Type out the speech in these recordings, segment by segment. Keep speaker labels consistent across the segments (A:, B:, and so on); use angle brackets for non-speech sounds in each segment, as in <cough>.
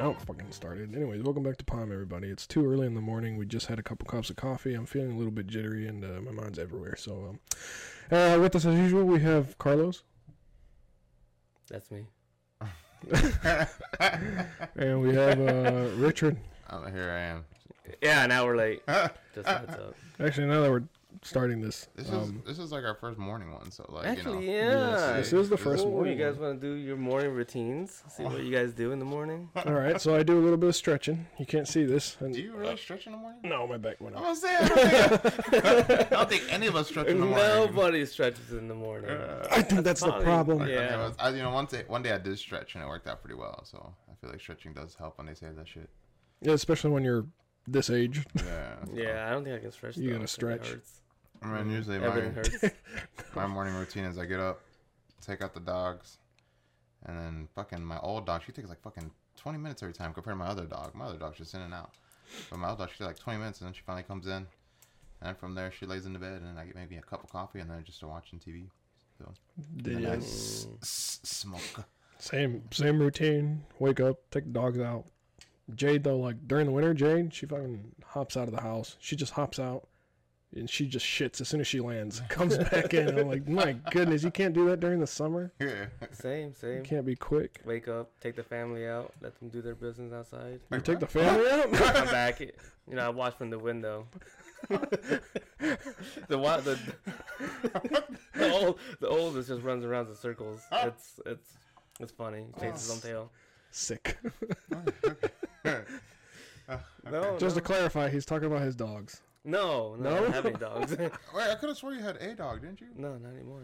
A: Oh, fucking started. Anyways, welcome back to Palm, everybody. It's too early in the morning. We just had a couple cups of coffee. I'm feeling a little bit jittery, and uh, my mind's everywhere. So, um, uh, with us as usual, we have Carlos,
B: That's me.
A: <laughs> and we have uh, Richard.
C: <laughs> Oh, here I am.
B: Yeah, now we're late. <laughs> Just a heads up.
A: Actually, now that we're starting this,
C: <laughs> This is
A: um,
C: this is like our first morning one, so like
B: Actually,
C: you know.
B: yeah.
A: this is the first
B: Ooh,
A: morning.
B: You guys want to do your morning routines? See what you guys do in the
C: <laughs>
B: morning?
A: <laughs> all right. So I do a little bit of stretching. You can't see this. And,
C: Do you Oh, really stretch in the morning?
A: No, my back went
C: I
A: up.
C: was saying, I don't, think, I <laughs> don't think any of us stretch in the morning. <laughs>
B: Nobody stretches in the morning.
A: I think that's the
B: fine.
A: problem.
C: Like,
B: Yeah.
C: I was, I, you know, one day, one day I did stretch and it worked out pretty well. So I feel like stretching does help when they say
B: <laughs>
C: that shit.
A: Yeah, especially when you're this age.
C: Yeah. so-
B: yeah, I don't think I can stretch.
A: You gotta
B: though. I think it
A: stretch.
B: hurts.
C: I mean, usually
B: Everything
C: my,
B: hurts.
A: <laughs>
C: my morning routine is I get up, take out the dogs, and then fucking my old dog. She takes like fucking 20 minutes every time compared to my other dog. My other dog's just in and out. But my old dog, she takes like 20 minutes, and then she finally comes in. And then from there, she lays in the bed, and then I get maybe a cup of coffee, and then I just start watching TV. So and then I s- s- smoke.
A: Same same routine. Wake up, take the dogs out. Jade though, like during the winter, Jade she fucking hops out of the house. She just hops out, and she just shits as soon as she lands. <laughs> Comes back in. I'm like, my goodness, you can't do that during the summer.
C: <laughs> Yeah.
B: same,
A: You
B: same.
A: can't be quick.
B: Wake up, take the family out, let them do their business outside.
A: You take the
B: <laughs>
C: <laughs>
A: family out.
B: Come back. You know, I watch from the window. the wa- the the, old, the oldest just runs around in circles. It's it's it's funny. He chases his own tail.
A: Sick. <laughs>
B: No,
A: Just to
B: no.
A: clarify, he's talking about his dogs.
B: no, no, I don't have any dogs. <laughs>
C: Wait, I could have swore you had a dog, didn't you?
B: no, not anymore.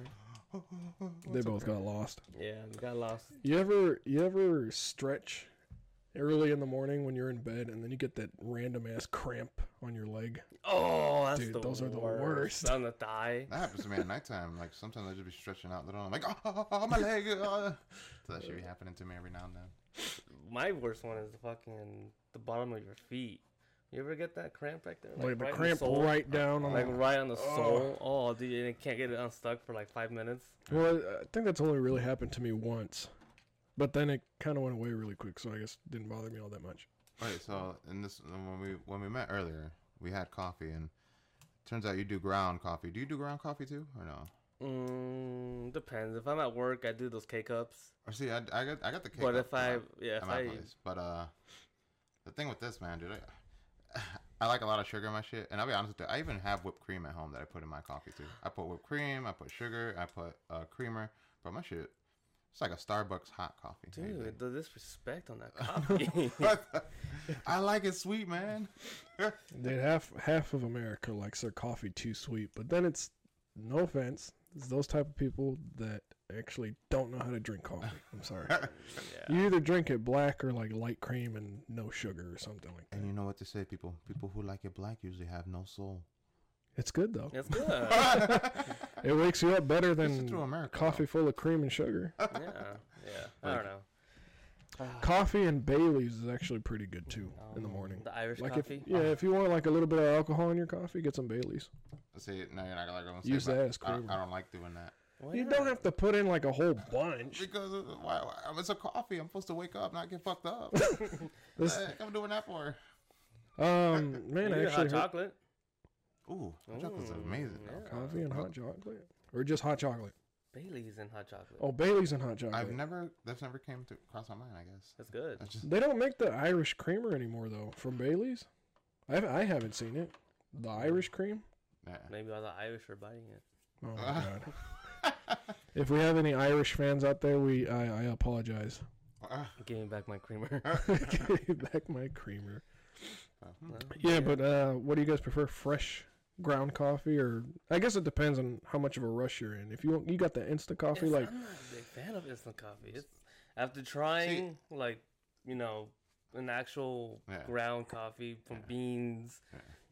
A: They both got lost.
B: Yeah, we got lost.
A: You ever you ever stretch early in the morning when you're in bed, and then you get that random ass cramp on your leg?
B: Oh, that's
A: Dude,
B: the
A: those are the worst.
B: on the thigh.
C: That happens to me at nighttime. Like sometimes I just be stretching out little. I'm like, <laughs> oh, oh, oh, my leg. oh." So that should be happening to me every now and then.
B: My worst one is the fucking the bottom of your feet. You ever get that cramp back there?
A: Like,
B: right in
A: the cramp
B: sole?
A: right down on
B: Like
A: the
B: right on the sole. Oh, dude, and it can't get it unstuck for like five minutes.
A: Well, I- I think that's only really happened to me once, but then it kind of went away really quick, so I guess it didn't bother me all that much.
C: Okay, so in this when we when we met earlier, we had coffee, and turns out you do ground coffee. Do you do ground coffee too, or no?
B: Mm, depends. If I'm at work, I do those K cups.
C: Or see, I, I got I got the cake.
B: But
C: up
B: if I,
C: at my-
B: yeah,
C: at
B: if
C: my
B: I,
C: place. But uh, the thing with this man, dude, I, <laughs> I like a lot of sugar in my shit, and I'll be honest with you, I even have whipped cream at home that I put in my coffee too. I put whipped cream, I put sugar, I put uh, creamer, but my shit, it's like a Starbucks hot coffee. How you <laughs>
B: dude, the disrespect on
A: <laughs>
B: that coffee.
C: doing? I like it sweet, man.
A: Dude, half half of America likes their coffee too sweet, but then it's no offense, it's those type of people that actually don't know how to drink coffee. I'm sorry.
B: yeah.
A: You either drink it black or like light cream and no sugar or something like that.
C: And you know what they say, people? People who like it black usually have no soul.
A: It's good though.
B: It's
A: <laughs>
B: good.
A: It wakes you up better than
C: true America,
A: coffee full of cream and sugar. <laughs>
B: Yeah, yeah. I don't know.
A: coffee and Bailey's is actually pretty good too in the morning.
B: Um, The Irish
A: Like if,
B: coffee.
A: yeah, if you want like a little bit of alcohol in your coffee, get some Bailey's.
C: See, no, you're not gonna like.
A: Use that as
C: I, don't-
A: creamer.
C: I don't like doing that
B: Why
A: You
B: not? <laughs>
A: don't have to put in like a whole bunch.
C: because uh, why, why, it's a coffee. I'm supposed to wake up, not get fucked up.
A: <laughs> This,
C: Heck, I'm doing that for.
A: um,
B: You
A: man, I
B: do hot
A: actually heard
B: chocolate.
C: Ooh, hot chocolate's
B: Ooh,
C: amazing.
B: yeah.
A: coffee and hot chocolate, or just hot chocolate.
B: Bailey's and hot chocolate.
A: Oh, Bailey's and hot chocolate.
C: I've never that's never came to cross my mind. I guess.
B: That's good.
A: <laughs>
C: That's just,
A: They don't make the Irish creamer anymore though from Bailey's. I haven't- I haven't seen it. The
C: Mm.
A: Irish cream.
C: yeah. <laughs>
B: Maybe all the Irish are biting it.
A: Oh my
C: Uh.
A: god. If we have any Irish fans out there, we I, I apologize. <laughs>
C: Uh,
B: Give me back my creamer.
A: Give back my creamer.
C: hmm.
B: <laughs>
A: Yeah, but uh, what do you guys prefer? Fresh ground coffee, or I guess it depends on how much of a rush you're in. If you want, you got the instant coffee,
B: It's-
A: like
B: I'm not a big fan of instant coffee. It's after trying like you know an actual
C: Yeah.
B: ground coffee from beans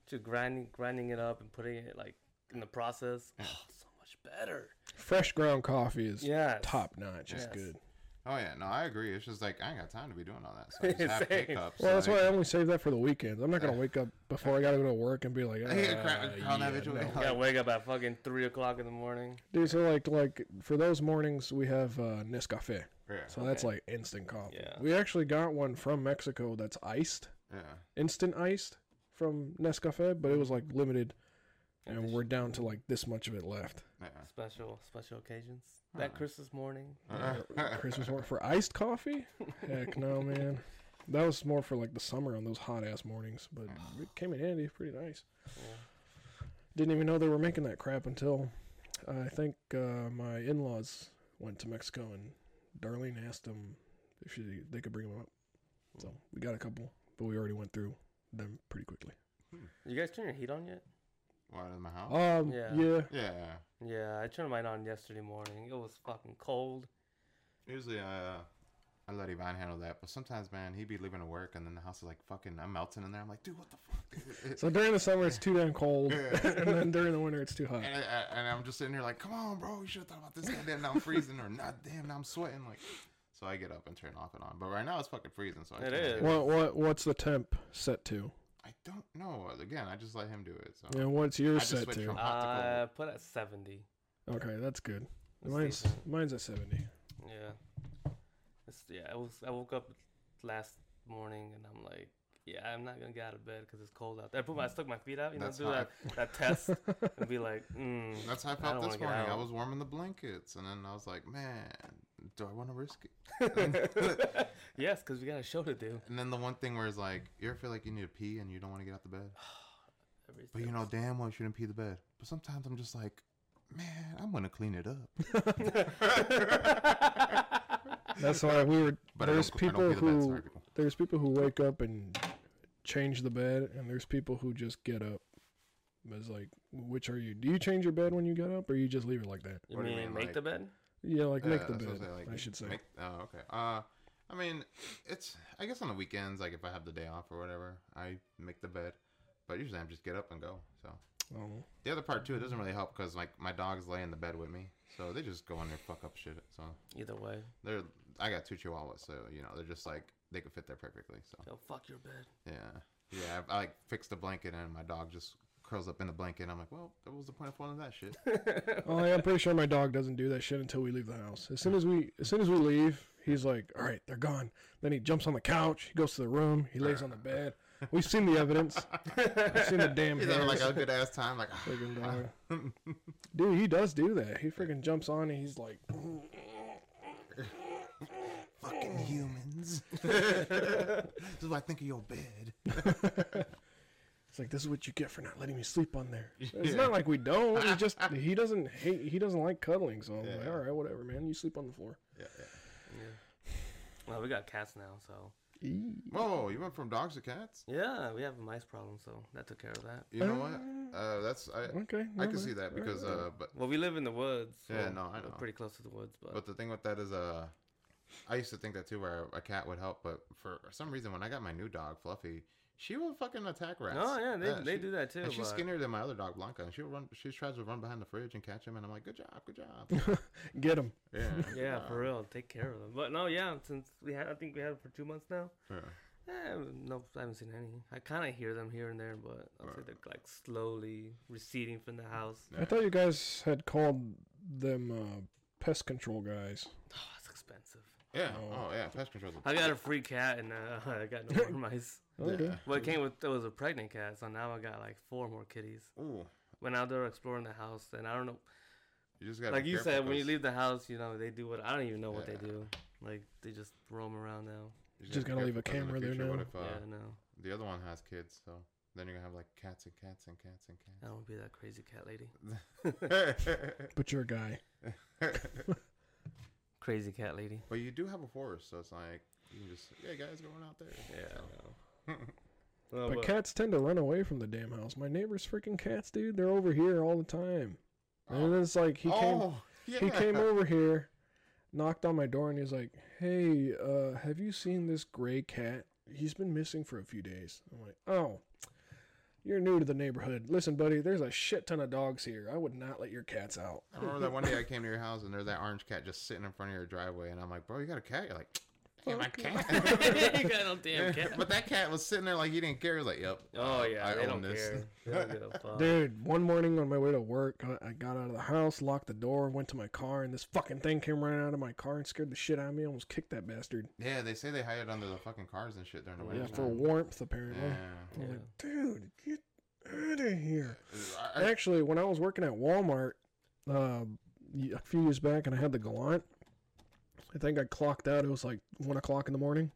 B: to grinding grinding it up and putting it like in the process. Oh, so much better.
A: fresh ground coffee is
B: Yes.
A: top notch. It's
B: Yes.
A: good.
C: oh yeah, no, I agree. It's just like I ain't got time to be doing all that.
B: <laughs>
C: So I just have
B: Same.
C: pickups.
A: Well, that's why I only save that for the weekends. I'm not gonna wake up before I gotta go to work and be like,
C: I hate a
A: ah,
C: crap. I'll never do it.
B: <laughs> I gotta wake up at fucking three o'clock in the morning.
A: dude. So like, like for those mornings, we have uh, Nescafe.
C: Yeah.
A: So that's
B: Okay.
A: like instant coffee.
B: Yeah.
A: We actually got one from Mexico that's iced,
C: Yeah.
A: instant iced from Nescafe, but it was like limited,
B: And
A: and
B: this-
A: we're down to like this much of it left.
C: Yeah.
B: Special special occasions.
C: Huh.
B: That Christmas morning.
A: Christmas morning for iced coffee? Heck no, man. That was more for like the summer on those hot ass mornings, but it came in handy, pretty nice.
B: Yeah.
A: Didn't even know they were making that crap until uh, I think uh, my in-laws went to Mexico and Darlene asked them if she, they could bring them up. So we got a couple, but we already went through them pretty quickly.
B: You guys turn your heat on yet?
C: Why does my house?
A: Um,
B: Yeah.
A: yeah,
C: Yeah.
B: Yeah, I turned mine on yesterday morning. It was fucking cold.
C: Usually, uh, I let Ivan handle that, but sometimes, man, he'd be leaving to work, and then the house is like fucking. I'm melting in there. I'm like, dude, what the fuck? <laughs> dude?"
A: So during the summer it's too damn cold,
C: Yeah.
A: <laughs> and then during the winter it's too hot.
C: and, I- I- and I'm just sitting here like, come on, bro, you should have thought about this. Goddamn, now I'm freezing, or not. Damn, now I'm sweating. Like, so I get up and turn off and on. But right now it's fucking freezing, so I
B: It
C: can't
B: is.
C: do
A: What what what's the temp set to?
C: I don't know. Again, I just let him do it. So
A: And what's yours
C: just
A: set
C: switched
A: to?
C: from- Hot to cold.
B: I put at 70.
A: Okay, that's good.
B: It's
A: Mine's
B: decent.
A: mine's at seventy.
B: Yeah. It's, yeah, I was I woke up last morning and I'm like, yeah, I'm not gonna get out of bed because it's cold out there. I put my I stuck my feet out, you know,
C: That's
B: do
C: how
B: that,
C: <laughs>
B: that test and be like, mm,
C: that's how I
B: I
C: felt
B: don't
C: this
B: wanna get
C: morning. I
B: out.
C: was warming the blankets, and then I was like, man, do I want to risk
B: <laughs>
C: it?
B: yes, because we got a show to do.
C: and then the one thing where it's like, you ever feel like you need to pee and you don't want to get out the bed?
B: Every
C: But you know damn well you shouldn't pee the bed. But sometimes I'm just like, man, I'm gonna clean it up.
A: <laughs> That's why we were.
C: <laughs> But I
A: there's
C: don't, I don't
A: people
C: pee the bed.
A: who
C: Sorry, people.
A: there's people who wake up and change the bed, and there's people who just get up. It's like, which are you? Do you change your bed when you get up, or you just leave it like that?
B: <laughs> You
C: What do
B: mean,
C: you mean,
B: make
C: like-
B: the bed?
A: Yeah, like make
C: Yeah,
A: the
C: Uh, that's what
A: bed.
C: I'm saying,
A: I should say.
C: make- oh, okay. Uh, I mean, it's I guess on the weekends, like if I have the day off or whatever, I make the bed. But usually I'm just get up and go. So
A: oh,
C: the other part too, it doesn't really help because like my dogs lay in the bed with me, so they just go in there fuck up shit. So
B: Either way,
C: they're I got two chihuahuas, so you know they're just like they could fit there perfectly. So
B: yo, fuck your bed.
C: yeah, yeah. I, I like fix the blanket and my dog just curls up in the blanket. I'm like, well, what was the point of falling that <laughs> shit?
A: Oh, yeah, I'm pretty sure my dog doesn't do that shit until we leave the house. As soon as we as soon as we leave, he's like, "All right, they're gone." Then he jumps on the couch. He goes to the room. He lays on the bed. We've seen the evidence. I've seen the
C: <laughs>
A: damn.
C: He's having like
A: hairs.
C: a good ass time. Like "Oh,
A: Friggin'
C: <laughs>
A: dog. Dude, he does do that. He freaking jumps on and he's like,
C: fucking humans. <laughs> this is what I think of your bed.
A: it's like this is what you get for not letting me sleep on there. It's not like we don't. He
C: <laughs>
A: just he doesn't hate. He doesn't like cuddling. So I'm like,
C: Yeah.
A: all right, whatever, man. You sleep on the floor.
C: Yeah, yeah.
B: Well, we got cats now, so
C: Whoa, Oh, you went from dogs to cats?
B: yeah, we have a mice problem, so that took care of that.
C: You know what? Uh, that's I.
A: Okay, no,
C: I can
A: man.
C: see that because uh, but
B: Well, we live in the woods.
C: Yeah,
B: so
C: no, I
B: we're
C: know.
B: Pretty close to the woods, but,
C: but the thing with that is uh, I used to think that too, where a cat would help, but for some reason when I got my new dog Fluffy, she will fucking attack rats.
B: no, Oh, yeah, they, they
C: she-
B: do that too.
C: And she's
B: but-
C: skinnier than my other dog Blanca, and she'll run. She tries to run behind the fridge and catch him, and I'm like, good job,
B: <laughs>
C: good job.
A: Get him.
C: Yeah, good
B: Yeah,
C: job.
B: for real, take care of them. But no, yeah, since we had, I think we had it for two months now.
C: Yeah.
B: Eh, no, I haven't seen any. I kind of hear them here and there, but I'd say they're like slowly receding from the house.
A: I thought you guys had called them uh, pest control guys.
B: Oh, it's expensive.
C: Yeah. Oh, yeah. Pest control's a
B: I got a free cat and uh, <laughs> I got no more mice.
A: Okay.
C: Yeah.
B: Well, it came with it was a pregnant cat, so now I got like four more kitties.
C: Ooh,
B: Went out there exploring the house, and I don't know.
C: you just got
B: like you said, when you leave the house, you know they do what I don't even know what
C: Yeah.
B: they do. Like they just roam around now.
A: Just gotta leave a camera there
C: What
A: now.
C: if uh,
B: yeah, no,
C: the other one has kids? So then you're gonna have like cats and cats and cats and cats.
B: I don't wanna be that crazy cat lady.
A: But you're a guy.
B: Crazy cat lady.
C: <laughs> But you do have a forest, so it's like you can just yeah, guys, going out there. <laughs>
B: Yeah.
C: Oh,
A: But cats tend to run away from the damn house. My neighbor's freaking cats, dude. They're over here all the time. And it's like he came.
C: oh, <laughs> yeah.
A: he came over here, knocked on my door, and he's like, "Hey, uh, have you seen this gray cat? He's been missing for a few days." I'm like, "Oh, you're new to the neighborhood. Listen, buddy, there's a shit ton of dogs here. I would not let your cats out."
B: <laughs>
C: I remember that one day I came to your house and there's that orange cat just sitting in front of your driveway, and I'm like, bro, you got a cat? You're like, Get my cat.
B: <laughs> you got no damn cat.
C: <laughs>
B: <laughs>
C: but that cat was sitting there like he didn't care. He was like, "Yep."
B: Oh
C: uh,
B: yeah,
C: I
B: they
C: own
B: don't
C: this.
B: <laughs> care. They don't give a fuck.
A: Dude, one morning on my way to work, I- I got out of the house, locked the door, went to my car, and this fucking thing came running out of my car and scared the shit out of me. I almost kicked that bastard.
C: <laughs> Yeah, they say they hide it under the fucking cars and shit during the winter.
A: Oh, Yeah, for
C: time.
A: warmth, apparently. I
C: Yeah.
A: was
B: Yeah.
A: like, dude, get out of here.
C: I- I-
A: Actually, when I was working at Walmart uh, y- a few years back and I had the Gallant, I think I clocked out. It was like 1 o'clock in the morning.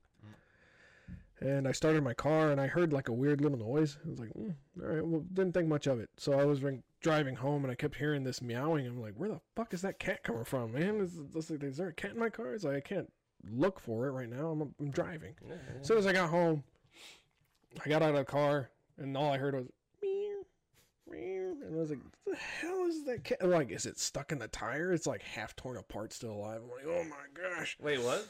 A: And I started my car and I heard like a weird little noise. I was like, mm, all right, well, didn't think much of it. So I was like, driving home and I kept hearing this meowing. I'm like, where the fuck is that cat coming from, man? Is, is, is there a cat in my car? It's like, I can't look for it right now. I'm, I'm driving.
B: Yeah, yeah.
A: As soon as I got home, I got out of the car and all I heard was meow, meow, and I was like, "What the hell is that cat?" I'm Like, is it stuck in the tire? It's like half torn apart, still alive. I'm like, "Oh my gosh!"
B: <laughs> Wait, <laughs> what?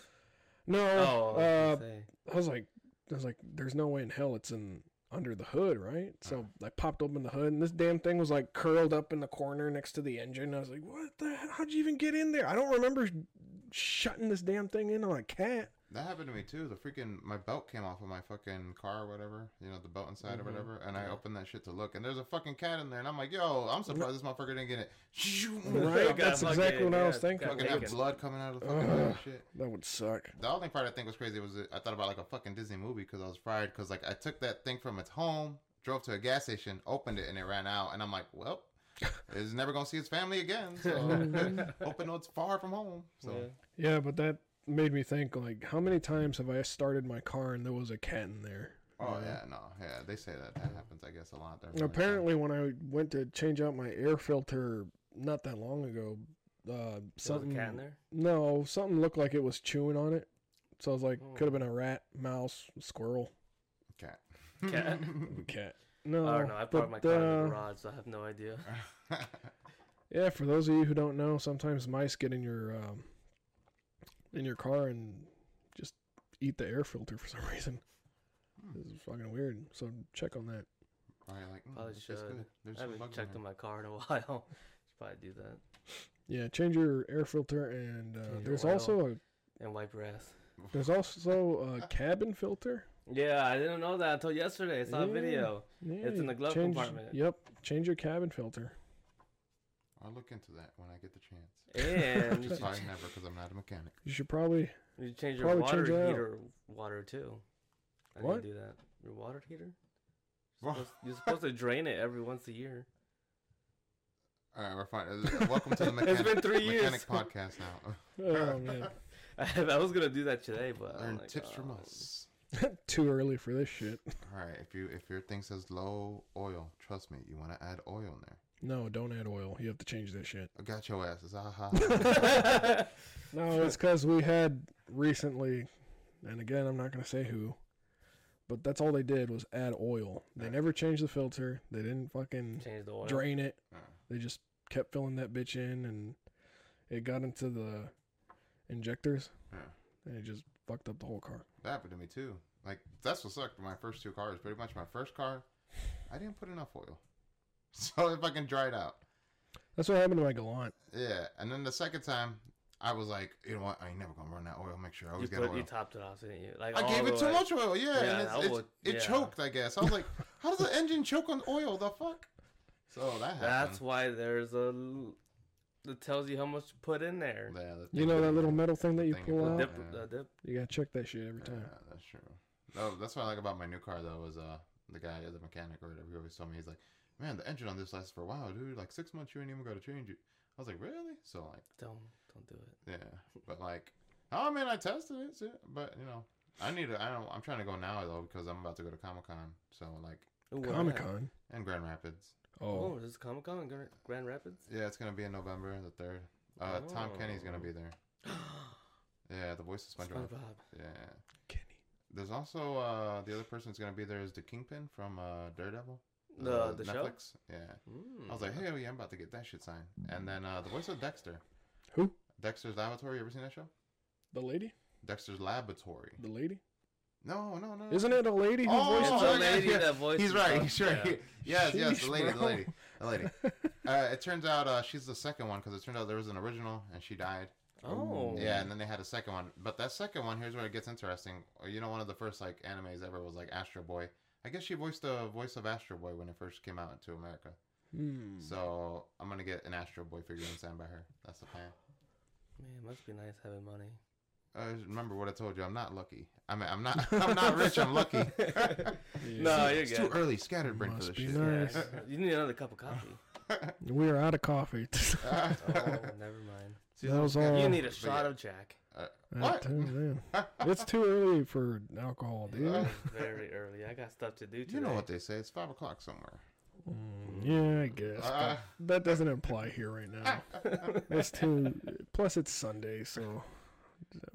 A: No,
B: Oh, I was
A: uh,
B: gonna say.
A: I was like, I was like, "There's no way in hell it's in under the hood, right?" So I popped open the hood, and this damn thing was like curled up in the corner next to the engine. I was like, "What the? Hell? How'd you even get in there?" I don't remember shutting this damn thing in on a cat.
C: that happened to me too. The freaking my belt came off of my fucking car or whatever. You know the belt inside
A: Mm-hmm.
C: or whatever. And I opened that shit to look, and there's a fucking cat in there, and I'm like, yo, I'm surprised this motherfucker didn't get it.
B: <laughs>
C: <laughs>
A: Right,
B: Got
A: that's
B: fucking-
A: exactly what I
B: yeah,
A: was thinking.
B: got
C: Fucking have
B: taken. <laughs>
C: blood coming out of the
A: Uh-huh.
C: fucking belt and shit.
A: That would suck.
C: The only part I think was crazy was that I thought about like a fucking Disney movie because I was fried because like I took that thing from its home, drove to a gas station, opened it, and it ran out. And I'm like, well,
B: <laughs>
C: it's never gonna see its family again. So hoping it's far from home. Oh, So
B: Yeah.
A: Yeah, but that made me think like how many times have I started my car and there was a cat in there?
C: oh yeah, no, yeah, they say that that happens. I guess a lot.
B: Oh,
C: There.
A: Apparently when I went to change out my air filter not that long ago, uh
B: There was a
A: something
B: cat in there.
A: No, something looked like it was chewing on it. So I was like,
B: Oh.
A: could have been a rat, mouse, squirrel,
C: cat.
B: Cat.
A: cat. No,
B: I don't know. I parked my
A: but,
B: car in
A: uh,
B: the garage, so I have no idea. <laughs>
A: Yeah, for those of you who don't know, sometimes mice get in your um, in your car and just eat the air filter for some <laughs> reason.
B: Hmm.
A: It's fucking weird. So check on that.
C: <laughs> Probably like mm,
B: Probably
C: this tastes
B: should.
C: good. There's
B: I
C: some
B: haven't
C: bugs
B: checked
C: in
B: on
C: here.
B: my car in a <laughs> while. Should probably do that
A: Yeah, change your air filter, and uh,
B: Change your
A: there's
B: oil.
A: also a
B: and wipe your ass.
A: there's also a cabin filter.
B: Yeah, I didn't know that until yesterday. I saw a
A: Yeah.
B: video.
A: Yeah,
B: It's in the glove
A: change-
B: compartment.
A: Yep, change your cabin filter.
C: <laughs> I'll look into that when I get the chance.
B: <laughs> And you should,
C: Probably never because I'm not a mechanic.
A: You should probably <laughs>
B: ch- you should change your
A: Probably
B: water
A: change it out.
B: heater water too. I
A: What?
B: didn't do that. Your water heater? You're
C: Wha-
B: supposed, you're
C: <laughs>
B: supposed to drain it every once a year. <laughs>
C: All right, we're fine. Uh, Welcome to the
B: <laughs>
C: mechanic,
B: It's been three years.
C: mechanic podcast
B: <laughs>
C: now.
A: oh
C: <laughs>
A: man,
B: I, was gonna do that today, but I'm
C: Learn
B: like,
C: tips from
B: "Oh,
C: us.
A: too early for this shit.
C: All right, if you if your thing says low oil, trust me, you want to add oil in there.
A: No, don't add oil. You have to change that shit.
C: I got your asses. Ah, ha,
B: <laughs>
C: ha.
A: No, it's because we had recently, and again, I'm not going to say who, but that's all they did was add oil. They never changed the filter. They didn't fucking
B: <laughs> Change the oil.
A: drain it.
C: Uh.
A: They just kept filling that bitch in, and it got into the injectors,
C: Yeah.
A: and it just fucked up the whole car.
C: that happened to me too. Like that's what sucked. with My first two cars, pretty much my first car, I didn't put enough oil, <laughs> so it fucking dried out.
A: That's what happened to my Gallant.
C: Yeah, and then the second time, I was like, you know what? I ain't never gonna run out oil. Make sure I
B: You
C: always got
B: put you
C: oil.
B: topped it off, didn't you? Like
C: I
B: all
C: gave
B: the
C: it too
B: way.
C: much oil. Yeah,
B: Yeah,
C: and
B: that
C: it's, it,
B: would-
C: it
B: yeah.
C: choked. I guess I was like, how does the engine choke on oil? The fuck. So that happened.
B: That's why there's a l- that tells you how much to put in there.
C: Yeah, the
A: <laughs> You
C: thing
A: know
C: didn't
A: that little
C: work.
A: metal thing that you
C: thing you
A: pull
C: put
A: out?
B: Dip,
C: Yeah.
B: uh, dip.
A: You got to check that shit every time.
C: Yeah, that's true. No, that's what I like about my new car though is uh the guy, the mechanic or whatever, he always told me he's like, man, the engine on this lasts for a while, dude. Like six months, you ain't even got to change it. I was like, really? So like,
B: Don't don't do it.
C: yeah, but like, oh man, I tested it, so- but you know, I need to. I don't. I'm trying to go now though because I'm about to go to Comic Con. So like,
B: Ooh, where
A: Comic
B: at?
A: Con.
C: and Grand Rapids.
A: Oh.
B: Oh, this is Comic Con in Gran- Grand Rapids.
C: <gasps> Yeah, it's gonna be in November the third. Uh, Tom Kenny's gonna be there. Yeah, the voice of SpongeBob.
B: SpongeBob.
C: Yeah.
A: Kenny.
C: There's also uh, the other person that's gonna be there is the Kingpin from uh, Daredevil. Uh,
B: The the show.
C: Yeah.
B: Mm.
C: I was like, hey, yeah, I'm about to get that shit signed. And then uh, the voice of Dexter.
A: Who?
C: Dexter's Laboratory. You ever seen that show?
A: The lady?
C: Dexter's Laboratory.
A: The lady?
C: No, no, no. no.
A: Isn't it a lady who
C: Oh,
A: voiced
B: It's
A: the
B: a
C: yeah,
B: lady
C: yeah.
B: that voices
C: He's right.
B: them.
C: He's right.
B: Yeah.
C: <laughs> Yes, yes, the
A: Sheesh,
C: lady, the
A: bro.
C: lady, the lady. Uh, it turns out uh, she's the second one because it turned out there was an original and she died.
B: Oh.
C: Yeah, and then they had a second one. But that second one, here's where it gets interesting. You know, one of the first like animes ever was like Astro Boy. I guess she voiced the voice of Astro Boy when it first came out into America.
A: <laughs> Hmm.
C: So I'm gonna get an Astro Boy figurine signed by her. That's the plan.
B: Man, must be nice having money.
C: Uh, remember what I told you. I'm not lucky. I mean, I'm not. <laughs> I'm not rich. I'm lucky.
B: <laughs> No, you're
C: it's too
B: good.
C: early. Scatterbrain for
A: Must
C: this
A: be
C: <laughs>
B: <laughs>
C: shit.
A: nice.
B: Yeah, you need another cup of coffee.
C: <laughs>
A: We are out of coffee. <laughs>
B: Oh, never mind.
C: See,
A: That was all-
B: You
A: Oh,
B: need a
C: but
B: shot
C: yeah.
B: of Jack.
C: Uh,
A: That
C: what?
A: too,
C: <laughs>
A: man. It's too early for alcohol,
B: It
A: dude.
C: Uh,
B: was Oh, very early. I got stuff to do today.
C: you know what they say. It's five o'clock somewhere.
A: Mm, yeah, I guess. but
C: Uh.
A: that doesn't imply here right
B: Ah,
A: now. That's too. Plus, it's Sunday, so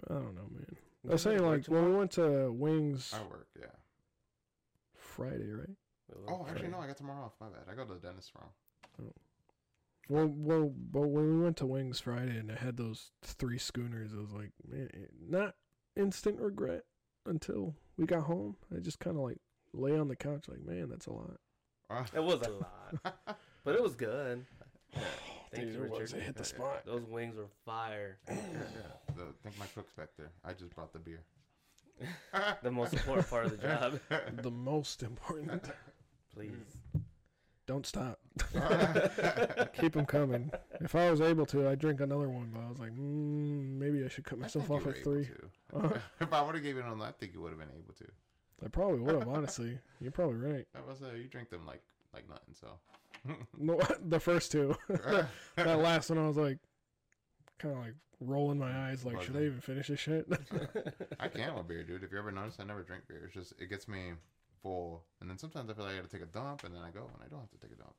A: I don't know, man. I was saying, like, when we went to Wings
C: Uh, I work. Yeah.
A: Friday, right?
C: Oh, actually, no. I got tomorrow off. My bad. I go to the dentist tomorrow.
A: Well, well, but when we went to Wings Friday and I had those three schooners, I was like, man, it- not instant regret until we got home. I just kind of like lay on the couch, like, man, that's a lot.
C: Uh,
B: It
C: <laughs>
B: was a lot, <laughs> but it was good. Thank you,
A: Dude, it was-
B: Richard.
A: it
B: <laughs>
A: hit the spot.
B: Those wings were fire.
C: the, I think my cook's back there. I just brought the beer.
B: <laughs> The most important part of the job.
C: <laughs>
A: The <laughs> most important. <laughs>
B: Please. <laughs>
A: Don't stop. Keep them coming. If I was able to, I'd drink another one, but I was like, mm, maybe I should cut
C: I
A: myself
C: think
A: off
C: you
A: at
C: were able
A: three.
C: to. <laughs> if I would have given him that, I think you would have been able to.
A: I probably would have, honestly. You're probably right. <laughs>
C: I was uh, you drink them like like nothing. So
A: No, the first
C: <laughs>
A: two. that last one, I was like, kind of like rolling my eyes, like, should I even finish this shit? <laughs>
C: I can with beer, dude. If you ever noticed, I never drink beer. It's just it gets me full, and then sometimes I feel like I got to take a dump, and then I go and I don't have to take a dump.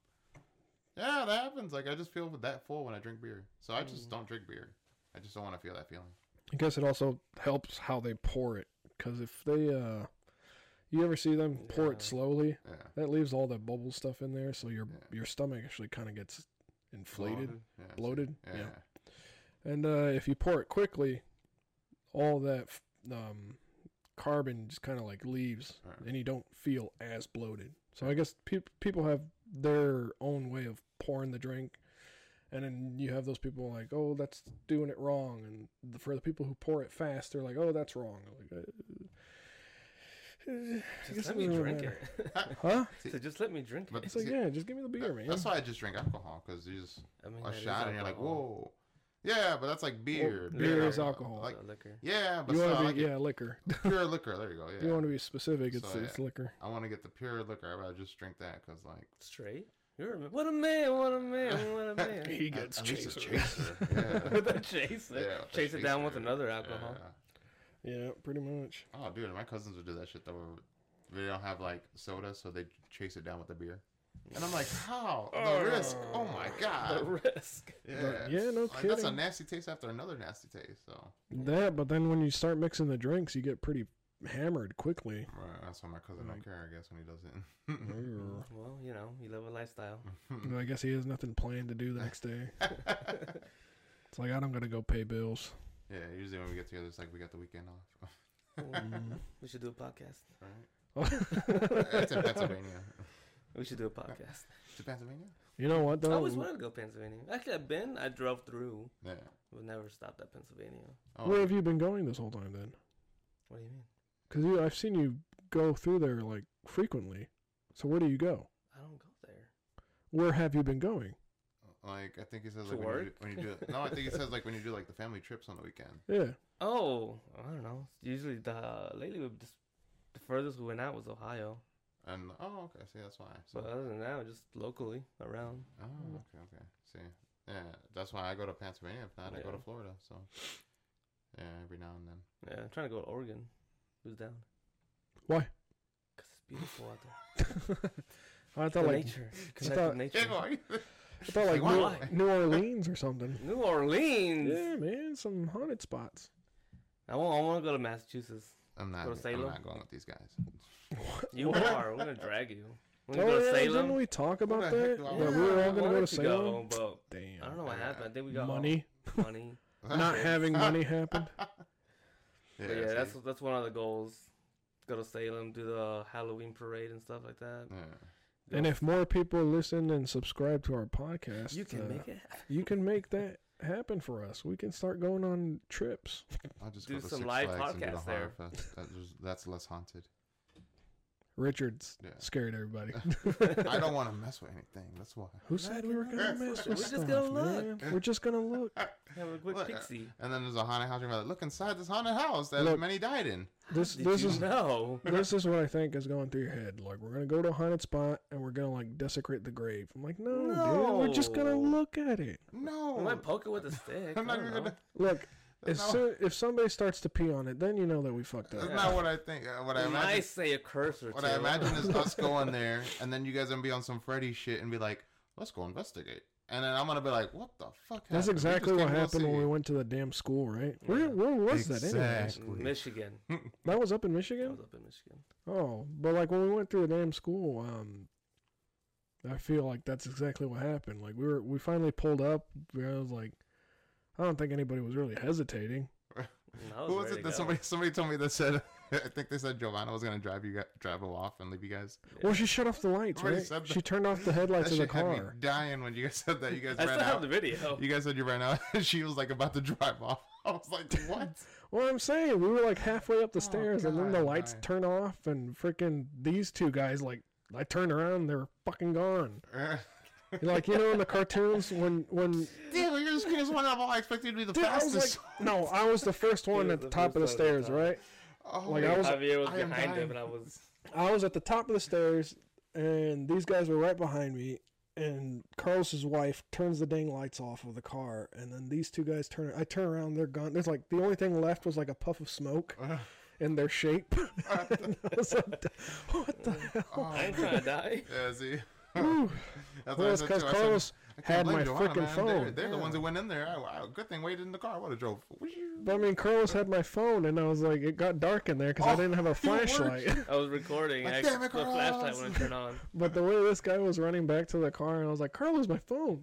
C: Yeah, that happens. Like I just feel that full when I drink beer, so I
B: Mm.
C: just don't drink beer. I just don't want to feel that feeling.
A: I guess it also helps how they pour it, because if they, uh, you ever see them pour
B: Yeah.
A: it slowly,
C: Yeah.
A: that leaves all that bubble stuff in there, so your
C: Yeah.
A: your stomach actually kind of gets inflated,
C: Yeah, it's-
A: bloated.
C: Yeah.
A: yeah. And uh, if you pour it quickly, all that f- um, carbon just kind of like leaves,
C: Right.
A: and you don't feel as bloated. So I guess peop people have their own way of pouring the drink, and then you have those people like, oh, that's doing it wrong, and the, for the people who pour it fast, they're like, oh, that's wrong. I'm Like, uh, I guess
B: Just let
A: it
B: me
A: doesn't
B: drink
A: matter.
B: it.
A: huh?
B: so just let me drink it.
C: But
A: It's like,
C: see,
A: yeah, just give me the beer,
C: that-
A: man.
C: that's why I just drink alcohol because you just
B: I mean,
C: a
B: that is
C: shot and you're like,
B: alcohol.
C: whoa. Yeah, but that's like beer.
A: beer
B: is
A: alcohol.
C: Like,
B: So liquor.
C: yeah, but
A: You
C: still, I
A: want to
C: like
A: be
C: it.
A: yeah, liquor.
C: pure liquor. There you go. Yeah.
A: You want to be specific. It's
C: So,
A: it's
C: yeah.
A: liquor.
C: I want to get the pure liquor. I rather just drink that because, like,
B: Straight. You're a man. What a man. What a man.
C: <laughs>
B: What a man. <laughs>
A: He
C: at-
A: gets
C: at least a
A: chaser. <laughs>
C: chaser.
B: with a chaser.
C: Yeah. yeah with a
B: Chase it down with
C: chaser.
B: another alcohol.
C: Yeah.
A: Yeah, pretty much.
C: Oh, dude, my cousins would do that shit though. They don't have like soda, so they chase it down with the beer. And I'm like, how? The risk. Oh <laughs> my
B: The
C: god.
B: risk.
C: Yeah.
A: yeah, no
C: Like, That's a
A: kidding.
C: nasty taste after another nasty taste. So
A: That, but then when you start mixing the drinks, you get pretty hammered quickly.
C: Right, that's why my cousin don't care, I guess, when he does it.
A: Urgh.
B: Mm. Well, you know, you live a lifestyle.
A: I guess he has nothing planned to do the next day. it's like I don't gotta go pay bills.
C: <laughs> yeah, usually when we get together, it's like we got the weekend off. <laughs>
B: We should do a podcast.
C: it's in Pennsylvania.
B: We should do a podcast.
C: It's in Pennsylvania.
A: <laughs> You know what
B: I
A: though?
B: always wanted to go Pennsylvania. Actually, I've been. I drove through,
C: Yeah.
B: but never stopped at Pennsylvania.
C: Oh,
A: Where have you been going this whole time then?
B: What do you mean?
A: Because you, I've seen you go through there like frequently. So where do you go?
B: I don't go there.
A: Where have you been going?
C: like I think he says
B: To
C: like when you, do,
B: work?
C: when you do no, I think he says like when you do like the family trips on the weekend.
A: Yeah.
B: Oh, I don't know. Usually, the lately we just the furthest we went out was Ohio.
C: And oh, okay, see that's why. So
B: But mm. other than that, just locally around.
C: oh, okay, okay, see, yeah, that's why I go to Pennsylvania. If not, I go to
B: Yeah.
C: Florida. So yeah, every now and then.
B: Yeah, I'm trying to go to Oregon. Who's down?
A: Why? <laughs>
B: Cause it's beautiful out there.
A: I
B: The
A: thought like
B: nature,
A: I
B: connect
A: thought-
B: with
C: <laughs>
B: nature.
C: Jago, are you?
A: I thought like
B: Why?
A: New, New Orleans or something.
B: New Orleans.
A: Yeah, man, some haunted spots.
B: I want. I want to go to Massachusetts.
C: I'm not.
B: Go to
C: I'm
B: Salem?
C: not going with these guys.
A: <laughs>
B: You are. We're gonna drag you. We're gonna
A: Oh
B: go to
A: yeah,
B: Salem.
A: didn't we talk about
C: the heck
A: that?
C: do
A: Yeah,
C: I
A: we were
B: I
A: all gonna go
B: wanted
A: to Salem.
B: go,
A: Damn.
B: but I don't know what
C: Yeah.
B: happened. I think we got all-
C: <laughs>
A: money.
B: <laughs> money.
A: <laughs> Not having money
B: <laughs>
A: happened.
C: Yeah,
B: But yeah,
C: see?
B: that's that's one of the goals. Go to Salem, do the Halloween parade and stuff like that.
C: Yeah.
A: And if more people listen and subscribe to our podcast,
B: you can
A: uh,
B: make it.
A: you can make that happen for us. We can start going on trips.
C: I'll just
B: Do
C: go to
B: some
C: Six
B: live
C: Flags and do the
B: podcasts
C: horror
B: there.
C: fest. That- there's- that's less
B: <laughs>
C: haunted.
A: Richard's
C: Yeah.
A: scared everybody.
C: I don't want to mess with anything. That's why.
A: <laughs> Who said we were gonna
C: That's
A: mess
B: what-
A: with
B: we're just
A: stuff,
B: gonna
A: man?
B: look.
A: We're just gonna
B: <laughs>
A: look.
B: Have a quick
C: Look, uh,
B: pixie.
C: <laughs> And then there's a haunted house. You're like, look inside this haunted house that
A: Look.
C: many died in.
A: This
B: Did
A: this
B: you
A: is
C: <laughs>
B: know?
A: <laughs> this is what I think is going through your head. Like we're gonna go to a haunted spot and we're gonna like desecrate the grave. I'm like, no, dude, we're just gonna
B: No.
A: look at it.
C: No,
B: I might poke it with a stick.
C: I'm
B: I
C: not
B: don't
C: even
B: know.
C: gonna.
A: Look, if
C: That's not,
A: so, if somebody starts to pee on it, then you know that we fucked
C: that's
A: up.
C: not what I think. Uh, What I imagine.
B: I say a curse or
C: What
B: two.
C: I imagine
B: <laughs>
C: is us going there, and then you guys gonna be on some Freddy shit and be like, "Let's go investigate," and then I'm gonna be like, "What the fuck?"
A: That's
C: happened? We
A: exactly
C: just
A: what
C: came to
A: happened when
C: see
A: we
C: you."
A: went to the damn school, right?
B: Yeah.
A: Where where was that anyways?
C: Exactly.
B: Michigan.
A: That was up in
B: I
A: Michigan.
B: was up in Michigan.
A: Oh, but like when we went through the damn school, um, I feel like that's exactly what happened. Like we were, we finally pulled up. I was like, I don't think anybody was really hesitating.
B: And I was
C: Who was
B: ready
C: it
B: to
C: that
B: go.
C: somebody somebody told me that said? <laughs> I think they said Giovanna was gonna drive you guys, drive you off and leave you guys.
A: Well, she shut off the lights,
C: Already
A: right?
C: said that.
A: She turned off the headlights
C: that
A: of the
C: shit had me
A: car.
C: dying when you guys said that. You guys
B: I
C: ran
B: still have the
C: out.
B: video.
C: You guys said you ran out, <laughs> and she was like about to drive off. <laughs> I was like,
A: <laughs>
C: "What?"
A: Well, I'm saying we were like halfway up the
C: Oh,
A: stairs, and then the
C: God,
A: lights
C: why?
A: turn off, and freaking these two guys like. I turned around, they were fucking gone. Like you know, in the cartoons, when when
C: Damn, your screen is one up. I expected you to be the
A: <laughs> Dude, I was
C: fastest.
A: like, no, I was the first one
B: was
A: at the,
B: the
A: top of the
B: first one at the
A: stairs,
B: top.
A: right?
C: <laughs> Oh,
A: like,
C: my
A: I was-
C: <laughs>
B: Javier was
C: I am
B: behind
C: dying.
B: him, and I was.
A: I was at the top of the stairs, and these guys were right behind me. And Carlos's wife turns the dang lights off of the car, and then these two guys turn. I turn around, they're gone. There's like the only thing left was like a puff of smoke
C: Uh.
A: in their shape. <laughs> And I was like, what the hell?
B: I ain't
C: Oh,
B: trying to die.
C: yeah, see.
A: Whew. Well,
C: That's what I
A: it's
C: said,
A: 'cause
C: too. I said,
A: Carlos
C: I can't
A: had
C: blame
A: my
C: Joanna,
A: frickin'
C: man. They're,
A: phone.
C: they're the
A: Yeah.
C: ones who went in there. I, I, good thing waited in the car. I would have
B: <laughs>
C: drove.
A: But I mean, Carlos had my phone, and I was like, it got dark in there because I
C: Oh, <laughs>
A: didn't have a
C: you were-
A: flashlight. <laughs>
B: I was recording.
C: Like,
B: I
C: damn
B: the
C: it,
B: flashlight
C: Carlos.
B: wouldn't turn on.
A: but the way this guy was running back to the car, and I was like, Carlos, my phone.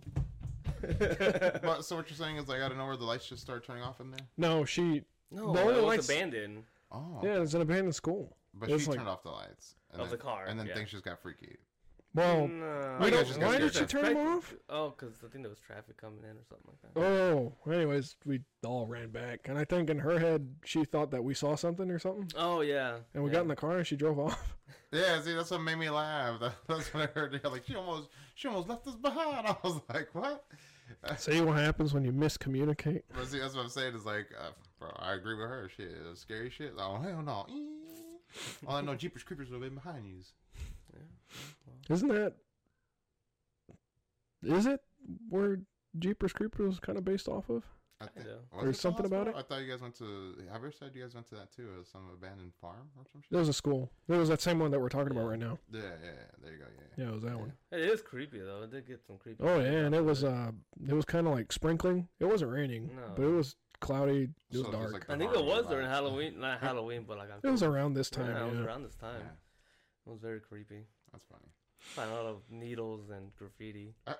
C: but so what you're saying is like I don't know where the lights just started turning off in there.
A: <laughs> No, she.
B: No,
A: The
B: it
A: only
B: was
A: lights-
B: abandoned.
C: Oh,
A: Yeah, it's an abandoned school.
C: But
A: It's
C: she
A: like-
C: turned off the lights and
B: Of
C: then,
B: the car,
C: and then
B: yeah.
C: things just got freaky.
A: Well,
B: Oh. No.
C: We
B: I
C: don't-
B: guess
C: why
B: it's
C: did
B: just
C: she
A: turn 'em
B: expected- Oh, because I think there was traffic coming in or something like that.
A: Oh, anyways, we all ran back, and I think in her head she thought that we saw something or something,
B: Oh yeah.
A: and we got in the car and she drove
C: <laughs>
A: off.
C: Yeah, see, that's what made me laugh. <laughs> That, that's what I heard. You're like she almost, she almost left us behind. <laughs> I was like, what?
A: See what happens when you miscommunicate.
C: But see, that's what I'm saying is like, uh, bro, I agree with her. Shit, it was scary shit. Oh hell no. <laughs> All I
B: <laughs>
C: know, Jeepers Creepers would have been behind you.
A: Isn't that? Is it where Jeepers Creepers was kind of based off of?
C: I
B: I
C: think.
B: know.
C: was
A: There's
C: the
A: something about
C: hospital? I thought you guys went to. Javier said you guys went to that too. It was some abandoned farm or some shit.
A: It was a school. It was that same one that we're talking about
B: Yeah.
A: right now.
C: Yeah, yeah, yeah. There you go. Yeah.
A: Yeah, it was that one.
B: It is creepy though. It did get some creepy.
A: Oh yeah, and it
B: <laughs>
A: was
B: Uh,
A: uh, it was kind of like sprinkling. It wasn't raining,
B: No.
A: but it was cloudy. It was
C: So it was
A: dark.
C: like-
B: I think it
C: Horror
B: was during
C: vibes.
B: Halloween.
C: <laughs>
B: Not Halloween, but like.
A: it was around this
B: Yeah,
A: time.
B: it was
A: yeah.
B: around this time.
C: Yeah,
B: It was very creepy.
C: that's funny.
B: Found a lot of needles and graffiti.
A: yeah.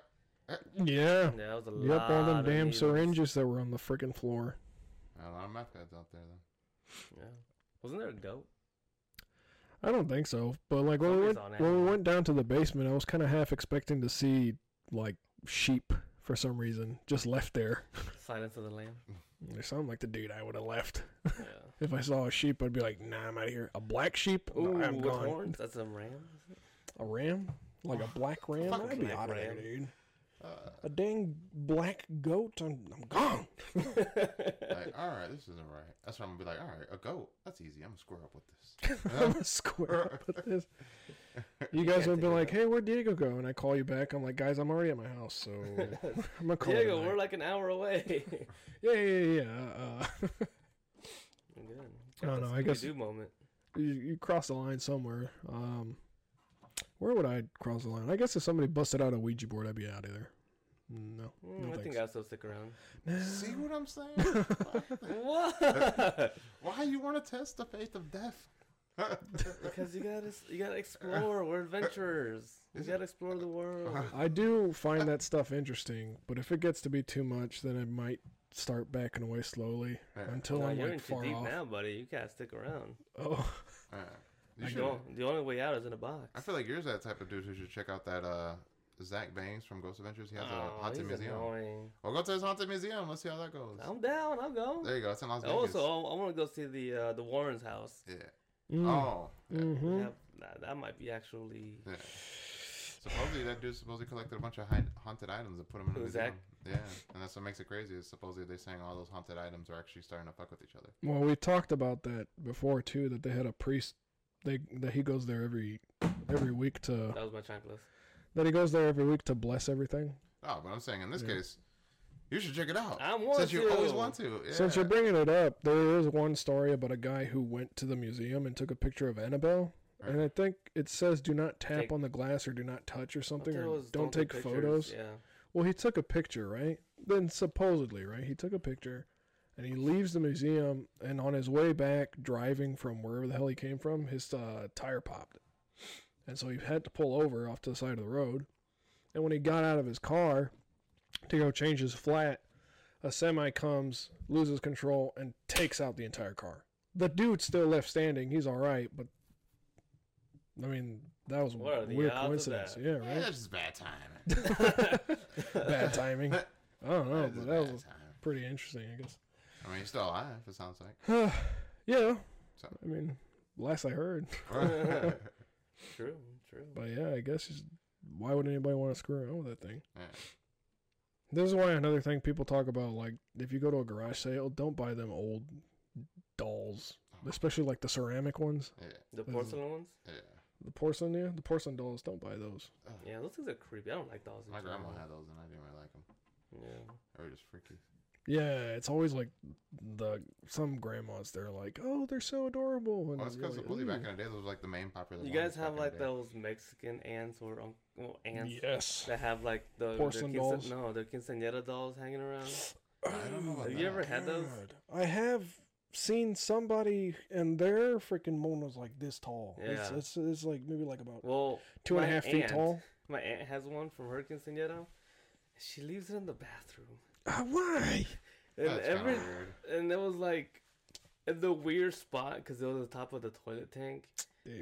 B: Yeah, that was a
A: Yep,
B: lot.
A: all them
B: of
A: damn
B: needles.
A: syringes that were on the freaking floor.
C: A lot of meth heads out there then.
B: Yeah. Wasn't there a goat?
A: I don't think so. But like when we
B: Somebody's
A: went
B: on
A: when we
B: Amazon.
A: went down to the basement, I was kind of half expecting to see like sheep for some reason just left there.
B: Silence of
A: <laughs>
B: the Lamb.
A: They sound like the dude I would have left
B: Yeah.
A: if I saw a sheep. I'd be like, Nah, I'm out of here. A black sheep? No,
B: Ooh,
A: I'm
B: with
A: gone.
B: horns? That's a ram.
A: <laughs> A ram? Like a black ram?
C: Fuck
A: I'd be
B: Oh, black
A: out of here,
B: ram.
A: dude.
C: Uh,
A: A dang black goat? I'm I'm gone. <laughs>
C: like, <laughs> all right, this isn't right. That's why I'm gonna be like, all right, a goat. That's easy. I'm gonna square up with this.
A: I'm a square
B: <laughs>
A: up with this. You guys would
B: can't
A: have been
B: take it
A: like, "Hey, where'd Diego go?" And I call you back. I'm like, "Guys, I'm already at my house,
B: <laughs>
A: so I'm gonna call." it a
B: Diego,
A: night."
B: we're like an
A: <laughs>
B: hour away.
A: Yeah, yeah, yeah. yeah. Uh, <laughs>
B: Good.
A: I don't know, I guess-
B: do moment.
A: you, you cross the line somewhere. Um, where would I cross the line? I guess if somebody busted out a Ouija board, I'd be out of there. No,
B: Mm,
A: no
B: I think
A: thanks.
B: I'll still stick
A: <laughs>
B: around.
C: See what I'm saying?
B: <laughs>
A: <laughs>
B: what?
C: Why you want to test the faith of death?
B: <laughs> because you gotta s- you gotta explore.
A: <laughs>
B: We're adventurers. You gotta explore the world.
A: I do find that stuff interesting, but if it gets to be too much, then I might start backing away slowly
C: <laughs> Yeah.
A: until
B: No,
A: I'm
B: you're
A: like
B: in too
A: far
B: deep
A: off.
B: now, buddy. You gotta stick around.
A: Oh,
C: Uh, you
B: Like,
C: should-
B: the on- the only way out is in a box.
C: I feel like you're that type of dude who should check out that uh Zach Baines from Ghost Adventures. He has
B: Oh,
C: a haunted
B: he's
C: museum.
B: annoying.
C: Well, go to his haunted museum. Let's see how that goes.
B: I'm down. I'll go.
C: There you go. It's in Las Vegas.
B: Also, I, want to go see the uh, the Warrens' house.
C: yeah.
A: Mm.
C: Oh. Yeah.
A: hmm
B: Yep, that, that might be actually.
C: yeah. Supposedly that dude supposedly collected a bunch of hi- haunted items and put them in a
B: Who,
C: museum.
B: Zach?
C: Yeah, and that's what makes it crazy. Is supposedly they're saying all those haunted items are actually starting to fuck with each other.
A: Well, we talked about that before too. That they had a priest. They that he goes there every every week to
B: That was my chunk list.
A: that he goes there every week to bless everything.
C: Oh, but I'm saying in this
A: Yeah.
C: case, you should check it out.
B: I want
C: Since you always
B: to.
C: want to. Yeah.
A: Since you're bringing it up, there is one story about a guy who went to the museum and took a picture of Annabelle. And I think it says do not tap
B: Take-
A: on the glass or do not touch or
B: I
A: something
B: thought
A: or
B: it was
A: don't,
B: do
A: take
B: pictures,
A: photos. <laughs>
B: Yeah.
A: Well, he took a picture, right? Then supposedly, right? He took a picture and he leaves the museum and on his way back driving from wherever the hell he came from, his uh, tire popped. And so he had to pull over off to the side of the road. And when he got out of his car to go change his flat, a semi comes, loses control and takes out the entire car. The dude's still left standing. He's all right, but I mean, that was a
B: What are the
A: weird
B: odds of
A: coincidence.
B: that?
A: Yeah,
C: Yeah,
A: right.
C: that's just
A: <laughs>
C: bad time.
B: <laughs>
C: <laughs>
A: Bad timing. I don't know,
C: That's
A: but
C: just
A: that
C: bad
A: was
C: time.
A: pretty interesting, I guess.
C: I mean, he's still alive. It sounds
A: <laughs>
C: like.
A: <sighs> yeah.
C: So-
A: I mean, last I heard.
C: <laughs> yeah.
B: True. True.
A: But yeah, I guess just, why would anybody want to screw around with that thing? This is why another thing people talk about, like if you go to a garage sale, don't buy them old dolls, especially like the ceramic ones,
C: Yeah.
B: The porcelain ones.
C: Yeah.
A: the porcelain. Yeah, the porcelain dolls. Don't buy those.
B: Yeah, those things are creepy. I don't like dolls. in
C: My grandma
B: general.
C: had those, and I didn't really like them.
B: Yeah.
C: They were just freaky.
A: Yeah, it's always like the some grandmas. They're like, oh, they're so adorable. And
C: Well, that's
A: you're
C: because
A: like,
C: supposedly back
A: "Ooh."
C: in the day, those were like the main popular.
B: You guys
C: ones
B: have
C: back
B: like
C: in the day.
B: those Mexican aunts or unc- well, aunts
A: Yes.
B: that have like the
A: Porcelain
B: their
A: dolls.
B: No, their quinceañera dolls hanging around.
C: I don't know about
B: Have you
C: that.
B: ever had those?
A: God, I have seen somebody and their freaking mona's like this tall. It's,
B: Yeah.
A: it's, it's like maybe like about
B: Well,
A: two and a
B: my
A: half feet
B: aunt-
A: tall.
B: My aunt has one from her quinceañera. She leaves it in the bathroom,
C: Uh,
A: Ah, why?
B: and
C: That's kinda
B: every
C: weird.
B: and it was like in the weird spot because it was on the top of the toilet tank.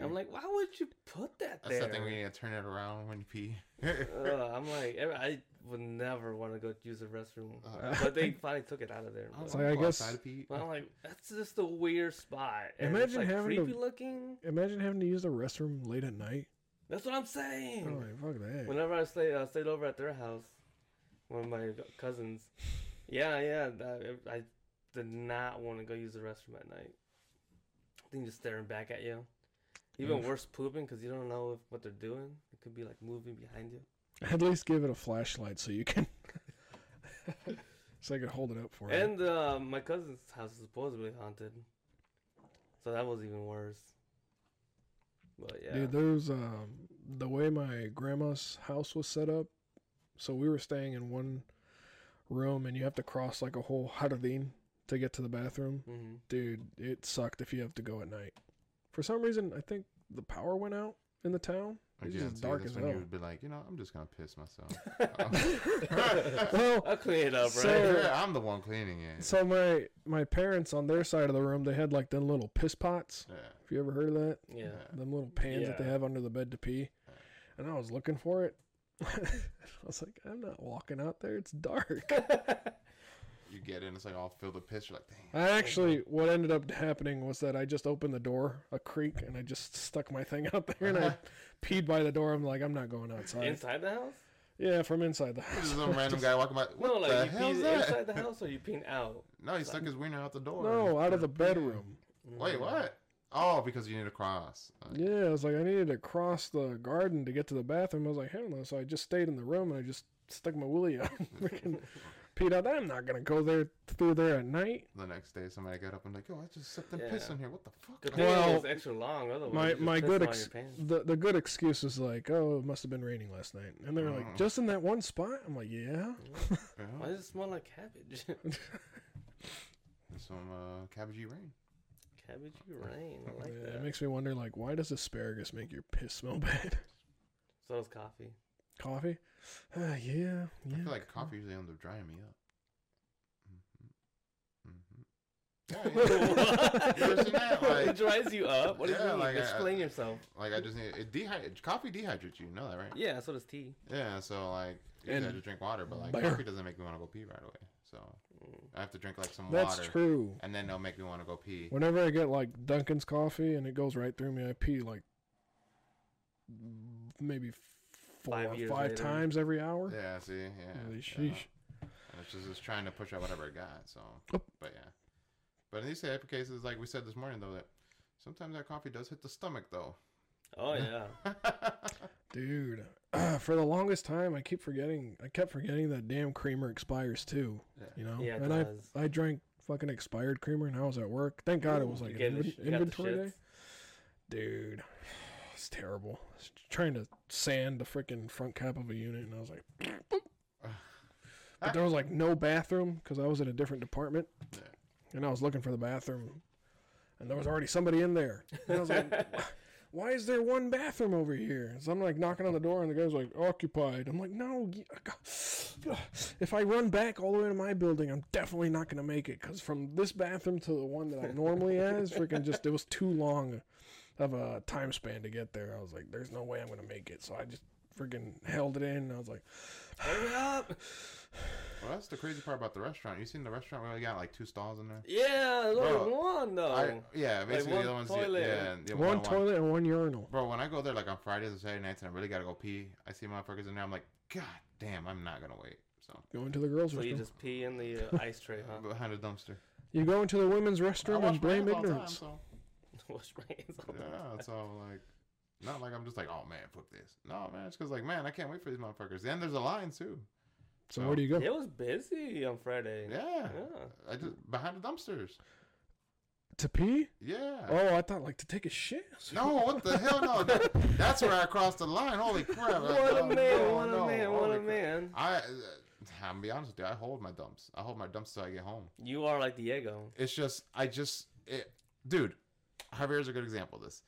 B: I'm like, why would you put that
C: That's
B: there?
C: the thing we need to turn it around when you pee.
B: Ugh, I'm like, ev- I would never want to go use the restroom,
C: Uh,
B: <laughs> but they finally took it out of there.
C: I don't
A: It's
B: but-
A: like,
C: wanna
A: I
C: go
A: guess-
C: outside to pee.
B: But I'm like, that's just a weird spot. And
A: Imagine
B: it's like
A: having to-
B: creepy looking.
A: Imagine having to use the restroom late at night.
B: That's what I'm saying.
A: I'm like, fuck that.
B: Whenever I stayed, I stayed over at their house, one of my cousins. Yeah, yeah, that, I did not want to go use the restroom at night. Thing just staring back at you. Even
A: Oof.
B: worse, pooping because you don't know if, what they're doing. It could be like moving behind you.
A: At least give it a flashlight so you can. <laughs> so I can hold it up for you.
B: And uh, my cousin's house is supposedly haunted, so that was even worse. But yeah,
A: Dude, there's um, the way my grandma's house was set up. So we were staying in one room, and you have to cross like a whole jardin to get to the bathroom.
B: hmm
A: Dude, it sucked if you have to go at night. For some reason, I think the power went out in the town. <laughs> It's
C: Again,
A: just
C: see,
A: dark
C: that's
A: as
C: when you
A: hell.
C: would be like, you know, I'm just gonna piss myself.
A: Well,
B: <laughs> I'll clean it up, right?
A: So-
C: <laughs> Yeah, I'm the one cleaning it.
A: so my my parents on their side of the room, they had like them little piss pots.
C: yeah.
A: If you ever heard of that,
B: yeah,
A: them little pans that they
B: Yeah.
A: have under the bed to pee. And I was looking for it. <laughs> I was like, I'm not walking out there. It's dark.
C: You get in, it's like all filled with piss. You're like, dang.
A: I actually, what ended up happening was that I just opened the door, a creak, and I just stuck my thing out there and I peed by the door. I'm like, I'm not going outside.
B: inside the house.
A: yeah, from inside the house.
C: This is some random
B: <laughs>
C: guy walking by. What
B: No,
C: the
B: like you
C: hell's
B: peeing
C: that?
B: inside the house or you peeing out.
C: <laughs> No, he stuck his wiener out the
A: <laughs>
C: door.
A: No, out of the bedroom.
C: <laughs>
B: Mm.
C: Wait, what? Oh, because you need to cross. Uh,
A: Yeah, I was like, I needed to cross the garden to get to the bathroom. I was like, hell no. So I just stayed in the room and I just stuck my willy out. and
C: <laughs>
A: freaking peed out. I'm not going to go there through there at night.
C: The next day, somebody got up and like, yo, I just stepped in
B: Yeah.
C: piss in here. What the fuck?
B: Good
C: I
B: thing
A: Well,
B: it was extra long. Otherwise,
A: My
B: you just
A: my
B: piss
A: good
B: on
A: ex-
B: your pants.
A: the, the good excuse is like, oh, it must have been raining last night. And they're like,
C: Uh-huh.
A: just in that one spot? I'm like, yeah.
C: don't
B: Why
C: know.
B: does it smell like cabbage? <laughs>
C: Some uh, cabbagey rain.
B: cabbage rain. I like
A: Yeah,
B: that.
A: it makes me wonder, like, why does asparagus make your piss smell <laughs> bad?
B: so does
A: <laughs>
B: coffee.
A: Coffee? Uh, yeah, yeah.
B: <laughs>
C: I feel like coffee usually ends up drying me up. hmm hmm Yeah, yeah.
B: <laughs>
C: Worse than that, like-
B: it dries you up. What do
C: Yeah,
B: you mean?
C: like, uh, I-
B: Explain yourself.
C: like I just need it dehydrates. Coffee dehydrates you. You know that, right?
B: Yeah, so does tea.
C: Yeah. So like, usually I
A: And
C: just drink water, but like
A: beer.
C: coffee doesn't make me want to go pee right away. So
B: Mm.
C: I have to drink like some
A: That's
C: water,
A: true.
C: and then it'll make me want to go pee.
A: Whenever I get like Dunkin's coffee and it goes right through me, I pee like mm, maybe four
B: Five
A: or
B: years
A: five
B: later.
A: times every hour.
C: Yeah. See. Yeah.
A: Holy
C: yeah.
A: sheesh. Oh.
C: And it's just it's trying to push out whatever I got. So,
A: Oop.
C: but yeah. But in these type of cases, like we said this morning, though, that sometimes that coffee does hit the stomach, though. <laughs>
B: Oh yeah.
A: Dude, <clears throat> for the longest time, I keep forgetting. I kept forgetting that damn creamer expires too.
C: Yeah.
A: You know,
B: Yeah, it
A: and I
B: does.
A: I drank fucking expired creamer, and I was at work. Thank God it was like
B: You
A: an
B: get the
A: inven-
B: sh- you got the
A: inventory day.
B: shits.
A: Dude, it's terrible. I was trying to sand the freaking front cap of a unit, and I was like, but there was like no bathroom because I was in a different department,
C: Yeah.
A: and I was looking for the bathroom, and there was already somebody in there. And I was like, why is there one bathroom over here? So I'm like knocking on the door, and the guy's like, occupied. I'm like, no. y- If I run back all the way to my building, I'm definitely not going to make it because from this bathroom to the one that I normally has, freaking just, it was too long of a time span to get there. I was like, there's no way I'm going to make it. So I just freaking held it in, and I was like,
B: Hurry up!
C: Well, that's the crazy part about the restaurant. You seen the restaurant where they got like two stalls in there?
B: Yeah, there's only
C: Bro,
B: one though.
C: I, yeah, basically
B: Oh. one
C: the other one's
B: toilet.
C: The, yeah, the
A: one
C: one-
A: toilet and one urinal.
C: Bro, when I go there like on Fridays and Saturday nights and I really gotta go pee, I see motherfuckers in there. I'm like, God damn, I'm not gonna wait. So
A: Go into the girls'
B: so you
A: restroom.
B: just pee in the uh, ice tray,
C: <laughs>
B: huh?
C: behind a dumpster.
A: You go into the women's restroom
C: wash
A: and
C: my
A: blame
C: hands all the time,
A: ignorance.
C: so-
B: <laughs> Wash my hands all the
C: Yeah,
B: time.
C: it's all like, not like I'm just like, oh man, fuck this. No, man, it's because like, man, I can't wait for these motherfuckers. And there's a line too.
A: So where do you go?
B: It was busy on Friday.
C: Yeah,
B: Yeah.
C: I just behind the dumpsters.
A: To pee?
C: Yeah.
A: Oh, I thought like to take a shit.
C: No, what the hell? No, that, that's where I crossed the line. Holy crap!
B: What a
C: No,
B: man!
C: no,
B: What a
C: no,
B: man! What
C: holy
B: a
C: crap.
B: man!
C: I, uh, I'm gonna be honest with you. I hold my dumps. I hold my dumps till I get home.
B: You are like Diego.
C: It's just, I just, it, dude, Javier's a good example of this.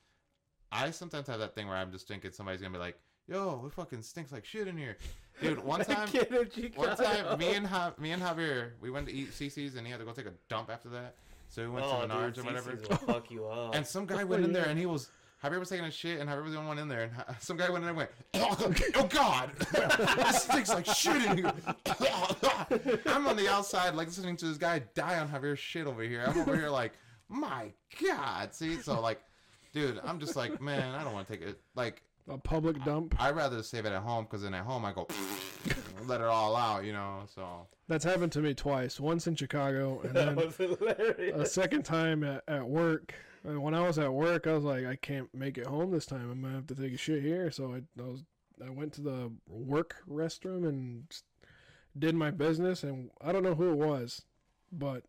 C: I sometimes have that thing where I'm just thinking somebody's gonna be like, "Yo, it fucking stinks like shit in here,
B: <laughs>
C: dude." One
B: I
C: time,
B: get it, you <laughs>
C: one
B: got
C: time,
B: it.
C: me and ja- me and Javier, we went to eat CC's and he had to go take a dump after that. So we went
B: oh,
C: to Menards
B: dude,
C: or whatever.
B: CC's will fuck you up.
C: And
A: <laughs>
C: some guy went in there and he was Javier was taking a shit and Javier was the only one in there and <laughs> Ja- some guy went in there and went, <laughs> Oh god This stinks like shit in here <laughs> I'm on the outside like listening to this guy die on Javier's shit over here. I'm over here like, My God see so like dude, I'm just like, man, I don't want to take it like
A: A public dump.
C: I'd rather save it at home because then at home I go <laughs> let it all out, you know. So
A: That's happened to me twice. Once in Chicago, and
B: <laughs> that <laughs>
A: then
B: was hilarious.
A: a
C: <laughs>
A: second time at, at work. And when I was at work, I was like, I can't make it home this time. I'm gonna have to take a shit here. So I, I was, I went to the work restroom and s- did my business. And I don't know who it was, but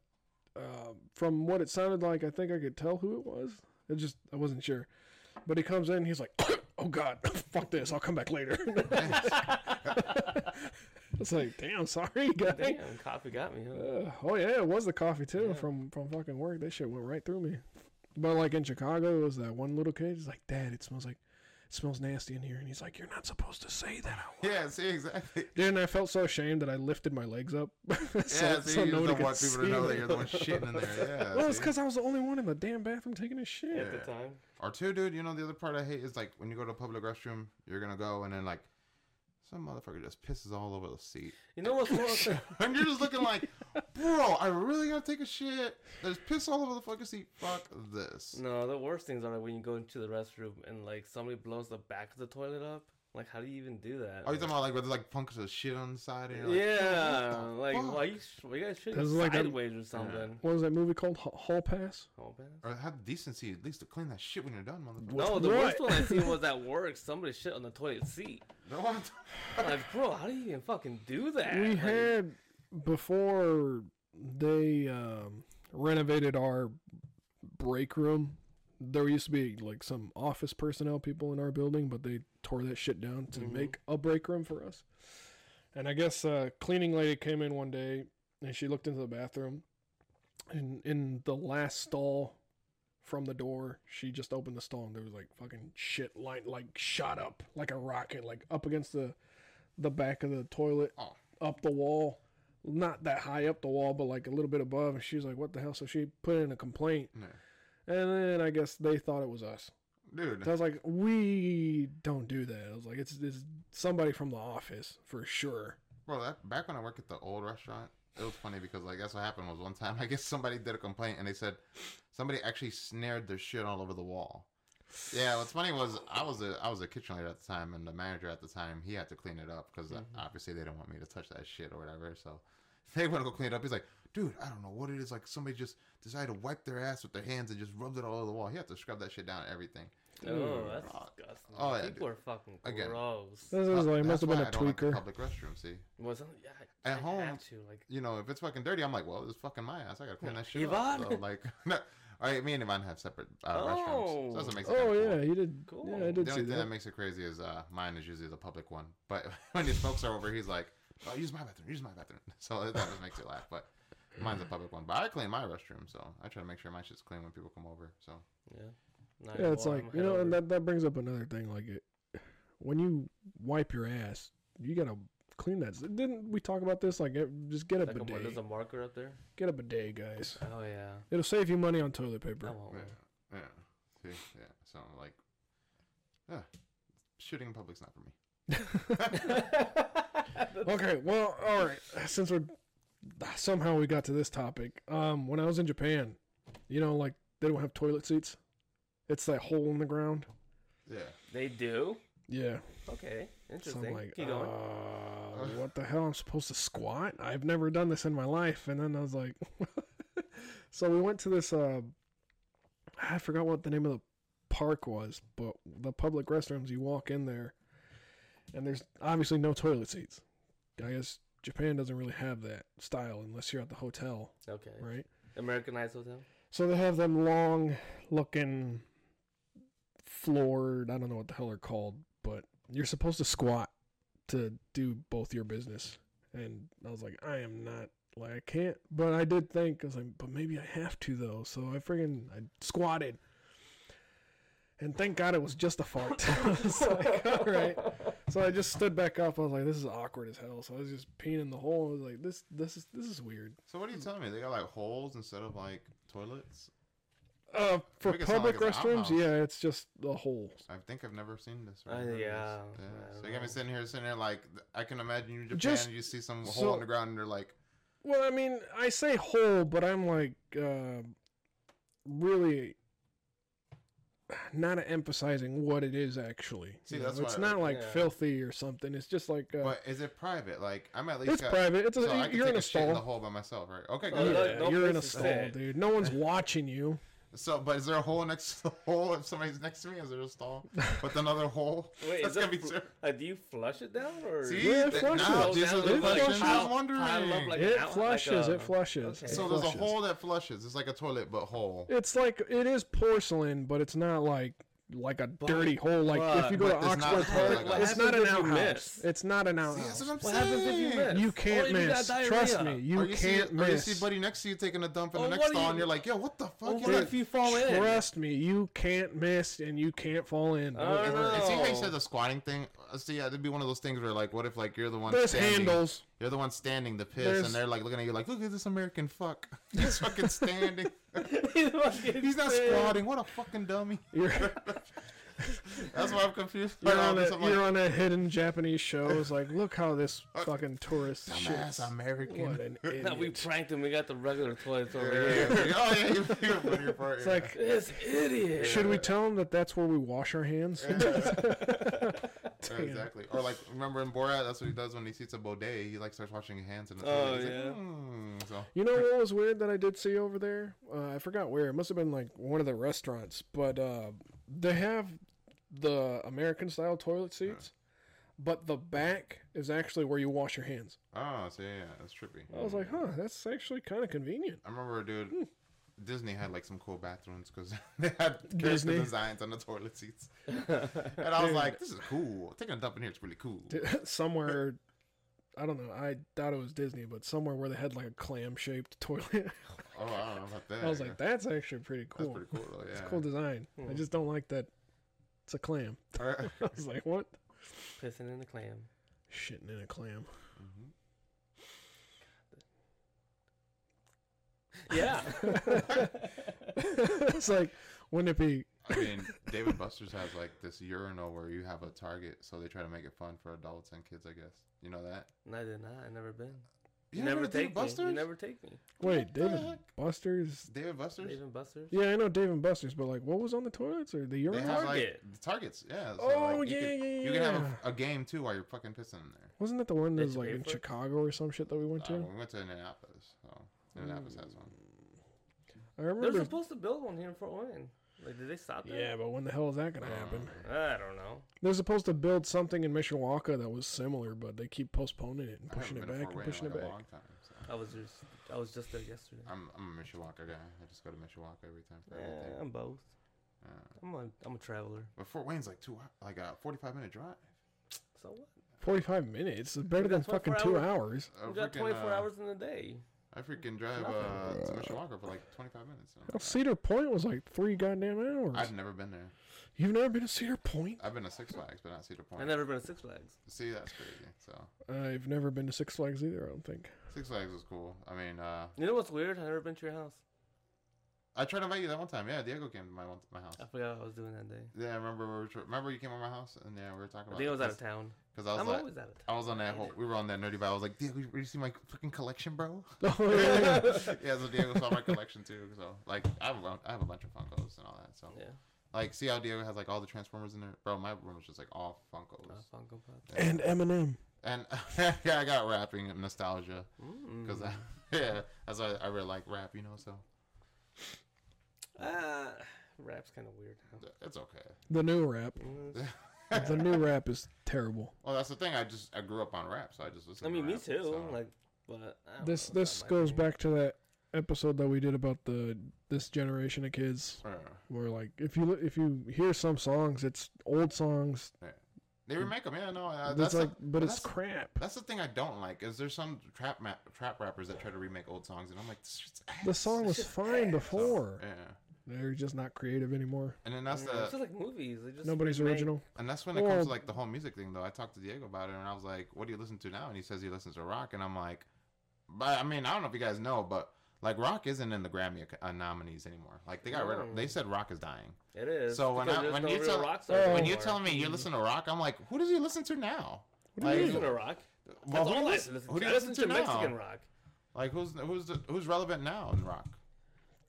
A: uh, from what it sounded like, I think I could tell who it was. It just, I wasn't sure. But he comes in, he's like, <coughs> "Oh God, fuck this! I'll come back later." <laughs> it's like, damn, sorry, <laughs> guy.
B: <laughs> Damn, coffee got me. Huh?
A: Uh, oh yeah, it was the coffee too from from fucking work. That shit went right through me. But like in Chicago, it was that one little kid. He's like, Dad, it smells like it smells nasty in here, and he's like, You're not supposed to say that. out loud."
C: yeah, see exactly.
A: Dude, and I felt so ashamed that I lifted my legs up. <laughs> so,
C: Yeah, see,
A: so
C: you
A: nobody
C: don't
A: could
C: want people to
A: see
C: know that
A: it.
C: you're the one shitting in there.
A: <laughs>
C: Yeah,
A: Well, it's
C: see?
A: because I was the only one in the damn bathroom taking a shit.
B: At the time,
C: Or two, dude, you know the other part I hate is like when you go to a public restroom, you're gonna go and then like some motherfucker just pisses all over the seat. <laughs>
B: you know what's more?
C: And you're just looking like, bro, I really gotta take a shit. There's piss all over the fucking seat. Fuck this.
B: No, the worst things are like when you go into the restroom and like somebody blows the back of the toilet up. Like, how do you even do that?
C: Are you Oh, talking about like where there's like punks of shit on the side? And you're like,
B: yeah, like
C: fuck?
B: why you, sh- why you guys shooting
A: This is like that-
B: sideways or something?
A: What was that movie called? H- Hall Pass.
B: Oh, man.
C: Or have decency at least to clean that shit when you're done, motherfucker. <laughs>
B: No,
A: What?
B: the worst one I seen
A: <laughs>
B: was at work. Somebody shit on the toilet seat.
C: No, what?
B: Like, bro, how do you even fucking do that?
A: We
B: Like,
A: had before they um, renovated our break room. There used to be like some office personnel people in our building, but they tore that shit down to make a break room for us. And I guess uh, cleaning lady came in one day and she looked into the bathroom, and in the last stall from the door, she just opened the stall and there was like fucking shit like like shot up like a rocket like up against the the back of the toilet
C: Oh.
A: up the wall not that high up the wall, but like a little bit above. And she was like, "What the hell?" So she put in a complaint,
C: Yeah.
A: and then I guess they thought it was us.
C: Dude,
A: So I was like, "We don't do that." I was like, "It's, it's somebody from the office for sure."
C: bro, that, back when I worked at the old restaurant, it was funny because like that's what happened was one time <laughs> I guess somebody did a complaint and they said somebody actually snared their shit all over the wall. Yeah, what's funny was I was a I was a kitchen lady at the time and the manager at the time he had to clean it up because
A: Mm-hmm.
C: obviously they didn't want me to touch that shit or whatever. So <laughs> they want to go clean it up. He's like, dude, I don't know what it is. Like somebody just decided to wipe their ass with their hands and just rubbed it all over the wall. He had to scrub that shit down and everything.
B: Oh, that's
C: Uh,
B: disgusting.
C: oh, yeah,
B: People are fucking
C: Again.
B: gross.
A: This is like,
C: Uh, That's
A: must have been
C: why
A: a
C: I don't like the
A: tweaker.
C: public restroom. See,
B: Was on- yeah,
C: At
B: I
C: home,
B: had to, like,
C: you know, if it's fucking dirty, I'm like, well, it's fucking my ass. I gotta clean that shit
B: Ivan?
C: up. So, like, <laughs> no, all right, me and Ivan have separate uh, restrooms. So that's what makes it
A: <laughs> oh
C: kinda cool.
A: yeah, you did.
B: Cool.
A: Yeah, I
C: The
A: did
C: only
A: see
C: thing that.
A: that.
C: makes it crazy is uh, mine is usually the public one. But <laughs> when his folks are over, he's like, oh, use my bathroom, use my bathroom. <laughs> So that just makes you laugh. But mine's a public one. But I clean my restroom, so I try to make sure my shit's clean when people come over. So
B: yeah. Not
A: yeah,
B: even
A: it's
B: warm,
A: like
B: head
A: you know, and
B: over.
A: that that brings up another thing. Like it, when you wipe your ass, you gotta clean that. Didn't we talk about this? Like, eh, just get a
B: Like a mar-
A: bidet.
B: there's a marker up there.
A: Get a bidet, guys.
B: Oh yeah.
A: It'll save you money on toilet
B: I
A: paper.
B: want one.
C: Oh, yeah, yeah, see, yeah. So like, yeah, shooting in public's not for me. <laughs>
A: Okay, well, all right. Since we're somehow we got to this topic, um, when I was in Japan, you know, like they don't have toilet seats. It's that hole in the ground.
C: Yeah.
B: <laughs> They do.
A: Yeah.
B: Okay.
A: So I'm
B: Interesting.
A: like,
B: Keep going. <laughs>
A: uh, what the hell? I'm supposed to squat? I've never done this in my life. And then I was like, <laughs> so we went to this, uh, I forgot what the name of the park was, but the public restrooms, you walk in there and there's obviously no toilet seats. I guess Japan doesn't really have that style unless you're at the hotel,
B: okay.
A: right?
B: Americanized hotel.
A: So they have them long looking floored, I don't know what the hell they're called, but you're supposed to squat to do both your business. And I was like, I am not like I can't but I did think I was like, but maybe I have to though. So I friggin' I squatted. And thank God it was just a fart. <laughs> I was like, all <laughs>
B: <laughs>
A: right. So I just stood back up. I was like, this is awkward as hell. So I was just peeing in the hole. I was like, this this is this is weird.
C: So what are you telling me? They got like holes instead of like toilets?
A: Uh, for
C: Make it sound like
A: public
C: it's an
A: restrooms,
C: outhouse.
A: yeah, it's just a hole.
C: I think I've never seen this. or
B: Uh,
C: heard of this.
B: yeah, I
C: yeah. So
B: don't
C: you got
B: know.
C: me sitting here, sitting here like th- I can imagine you in Japan.
A: Just-
C: and you see some
A: so-
C: hole in the ground, and they're like,
A: Well, I mean, I say hole, but I'm like uh, really not emphasizing what it is actually.
C: See,
A: You know,
C: that's
A: it's
C: why-
A: not like
B: yeah.
A: filthy or something. It's just like uh,
C: "But is it private? Like I'm at least
A: it's
C: got,
A: private. It's a,
C: so I can
A: you're
C: take
A: in
C: a,
A: a
C: shit in the
A: stall.
C: hole by myself, right? Okay,
B: Oh,
C: good.
B: no,
A: yeah,
B: no
A: you're in a
B: place to
A: stall,
B: sit.
A: dude. No one's watching you.
C: So, but is there a hole next to the hole if somebody's next to me? Is there a stall with another hole?
B: Wait, is
C: That's
B: that
C: gonna be
B: fl-
C: ser-
B: like, do you flush it down or?
C: See,
B: <laughs>
A: Yeah,
C: Th-
A: flush
C: now
A: it.
C: this is the
A: It
C: question
A: flushes.
C: I
B: Pile-
C: was wondering.
B: pile up like an
A: it
B: out- like
A: flushes.
B: a-
A: it flushes.
B: okay.
A: it
C: so there's a
A: flushes.
C: hole that flushes. It's like a toilet, but hole.
A: It's like it is porcelain, but it's not like like a dirty hole. Like if
B: but-
A: you go to
C: but it's not
A: Oxford
C: hard
A: Park,
C: like that.
A: it's
B: What
A: not an
B: happens if you
A: outhouse.
B: miss?
A: It's not an
C: See,
A: outhouse.
C: that's what I'm
B: What
C: saying. Oh,
B: happens if you miss?
A: You can't
B: Or if you got
A: miss. Trust me,
B: diarrhea.
A: you,
C: Or you
A: can't
C: see,
A: miss.
C: Or you see buddy next to you taking a dump in
B: Oh,
C: the next
B: what do
C: stall,
B: you-
C: and you're like, "Yo, what the fuck?"
B: Oh,
C: You're
B: what
C: like-
B: if you fall in?
A: Trust me, you can't miss and you can't fall in.
B: All
A: Don't
B: right.
A: worry.
C: And see how you
B: Oh.
C: said the squatting thing? Uh, See, yeah, it'd be one of those things where, like, what if, like, you're the one
A: There's
C: standing,
A: handles.
C: You're the one standing the piss,
A: There's-
C: and they're, like, looking at you like, look at this American fuck. <laughs> He's
A: <laughs>
C: fucking standing.
B: He's fucking
C: He's not
B: sick.
C: squatting. What a fucking dummy. <laughs>
A: You're,
C: That's why I'm confused.
A: you're
C: Like, all
A: on
C: this,
A: a,
C: I'm like,
A: you're on a hidden Japanese show. It's like, look how
C: <laughs>
A: this fucking tourist
C: dumbass
A: shits.
C: American.
A: What an
B: No, we
A: idiot.
B: pranked him. We got the regular toilets
C: <laughs>
A: <laughs>
C: Yeah.
B: over here.
C: oh, yeah, you you're putting your part
A: It's
C: in.
A: like,
B: This idiot. <laughs>
A: should we tell him that that's where we wash our hands? <laughs>
C: Yeah, exactly. Or, like, remember in Borat, that's what he does when he sees a bidet. He, like, starts washing his hands in the
B: Oh,
C: toilet. He's
B: yeah.
C: like, hmm. So,
A: You know what was weird that I did see over there? Uh, I forgot where. It must have been like one of the restaurants, but uh, they have the American style toilet seats, but the back is actually where you wash your hands.
C: oh, so, yeah, yeah, that's trippy.
A: I was like, huh, that's actually kind of convenient.
C: I remember,
A: Hmm.
C: dude. Disney had like some cool bathrooms because <laughs> they had character
A: Disney?
C: designs on the toilet seats, and I was like, "This is cool. Taking a dump in here is really cool."
A: <laughs> somewhere, I don't know. I thought it was Disney, but somewhere where they had like a clam shaped toilet. <laughs>
C: Oh, I don't know about that.
A: I was like, that's actually pretty
C: "That's
A: cool.
C: pretty cool, though." Yeah.
A: It's a
C: <laughs>
A: cool design. I just don't like that. It's a clam. <laughs>
C: Alright.
A: I was like, what?
B: Pissing in the clam.
C: mm-hmm.
A: Shitting in a clam.
B: The
C: <laughs>
B: Yeah.
A: it's like, wouldn't it be?
C: I mean, David Buster's has like this urinal where you have a target, so they try to make it fun for adults and kids, I guess. You know that?
B: no, I did not. I never been.
C: You
B: never
C: been to
B: take me. You
C: Buster's?
B: never take me.
A: Wait,
C: the
A: David
C: heck?
A: Buster's.
C: David Buster's?
B: Even Buster's.
A: Yeah, I know Dave and Buster's, but like, what was on the toilets or the
C: They
A: urinal?
C: have
B: Target.
C: like the targets, yeah. so,
A: Oh,
C: like, you
A: yeah,
C: could-
A: yeah,
C: You can have
A: yeah.
C: a, a game too while you're fucking pissing in there.
A: Wasn't that the one that
B: Did
A: was
B: you
A: like
B: pay
A: in
B: for it?
A: Chicago or some shit that we went
C: Uh,
A: to?
C: we went to Indianapolis, so Indianapolis has one.
A: I
B: They're
A: remember.
B: supposed to build one here in Fort Wayne. Like, did they stop that?
A: Yeah, but when the hell is that gonna
C: Uh,
A: happen?
B: I don't know.
A: They're supposed to build something in Mishawaka that was similar, but they keep postponing it and
C: I haven't
A: pushing it
C: been to
A: back
C: Fort
A: and
C: Wayne
A: pushing
C: in
A: it
C: like a
A: back.
C: long time, so.
B: I was just, I was just there yesterday.
C: I'm I'm a Mishawaka guy. I just go to Mishawaka every time for everything.
B: Yeah, I'm both.
C: Uh,
B: I'm a, I'm a traveler.
C: but Fort Wayne's like two, hou- like a 45 minute drive.
B: So what?
A: Forty-five minutes is better
B: We got
A: than fucking
B: 24
A: two hours.
C: I
B: We got
C: freaking,
B: 24
C: uh,
B: hours in a day.
C: I freaking drive uh, to Mishawaka for like 25 minutes. you know?
A: Well, Cedar Point was like three goddamn hours.
C: I've never been there.
A: You've never been to Cedar Point?
C: I've been to Six Flags, but not Cedar Point.
B: I've never been to Six Flags.
C: See, that's crazy. So
A: I've never been to Six Flags either. I don't
C: <laughs>
A: think.
C: Six Flags was cool. I mean, uh,
B: You know what's weird? I've never been to your house.
C: I tried to invite you that one time. Yeah, Diego came to my one- my house.
B: I forgot what I was doing that day.
C: Yeah, I remember we were tr- remember you came over my house and yeah, we were talking
B: I
C: about.
B: think I was out
C: because
B: of town.
C: I was
B: I'm
C: like,
B: always out of town.
C: I was on that whole. We were on that nerdy vibe. I was like, Diego, you- you see my fucking
B: <laughs>
C: collection, bro? <laughs>
A: Oh, yeah, yeah.
C: yeah, so Diego saw my collection too. So like, I have a, bu- I have a bunch of Funkos and all that. So
B: Yeah.
C: like, see how Diego has like all the Transformers in there, bro? My room is just like all Funkos.
B: Uh, Funko Pop.
A: and Eminem.
C: And <laughs> yeah, I got rapping and nostalgia
B: Mm.
C: because <laughs> yeah, that's why I really like rap, you know. So
B: Ah, rap's kind of weird
C: <laughs>
B: now.
C: it's okay.
A: The new rap.
B: Mm.
C: <laughs>
A: The new rap is terrible.
C: Well, that's the thing. I just I grew up on rap, so I just listen.
B: I mean,
C: to
B: me
C: rap,
B: too.
C: so-
B: Like, but I don't
A: This
B: know, it's
A: this
B: not my
A: goes
B: thing.
A: back to that episode that we did about the this generation of kids.
C: Uh,
A: where like if you if you hear some songs, it's old songs.
C: they remake them, yeah. No, uh,
A: that's
C: that's
A: like,
C: the,
A: but it's
C: that's-
A: crap.
C: that's the thing I don't like. Is there's some trap ma- trap rappers that try to remake old songs, and I'm like, this shit's ass.
A: The song was fine
C: <laughs> So,
A: before.
C: yeah,
A: They're just not creative anymore.
C: and then that's
B: Yeah, it's
C: the
B: just like movies. They just
A: Nobody's
B: remake-
A: original.
C: and that's when it comes
A: Well-
C: to like the whole music thing. Though I talked to Diego about it, and I was like, what do you listen to now? And he says he listens to rock, and I'm like, but I mean, I don't know if you guys know, but. Like rock isn't in the Grammy ac- uh, nominees anymore. Like they got rid of. They said rock is dying.
B: It is.
C: So when
B: because
C: I-
B: there's
C: when
B: no
C: you
B: real
C: tell-
B: rock stars
C: When you
B: anymore.
C: tell me you listen to rock, I'm like, who does he listen to now?
A: do you
C: Like,
B: I listen to rock.
C: Well,
B: That's
C: who do
B: all
C: you
B: I
C: listen-
B: listen to.
C: who do you
B: I
C: listen to now?
B: Mexican rock.
C: Like who's who's the, who's relevant now in rock?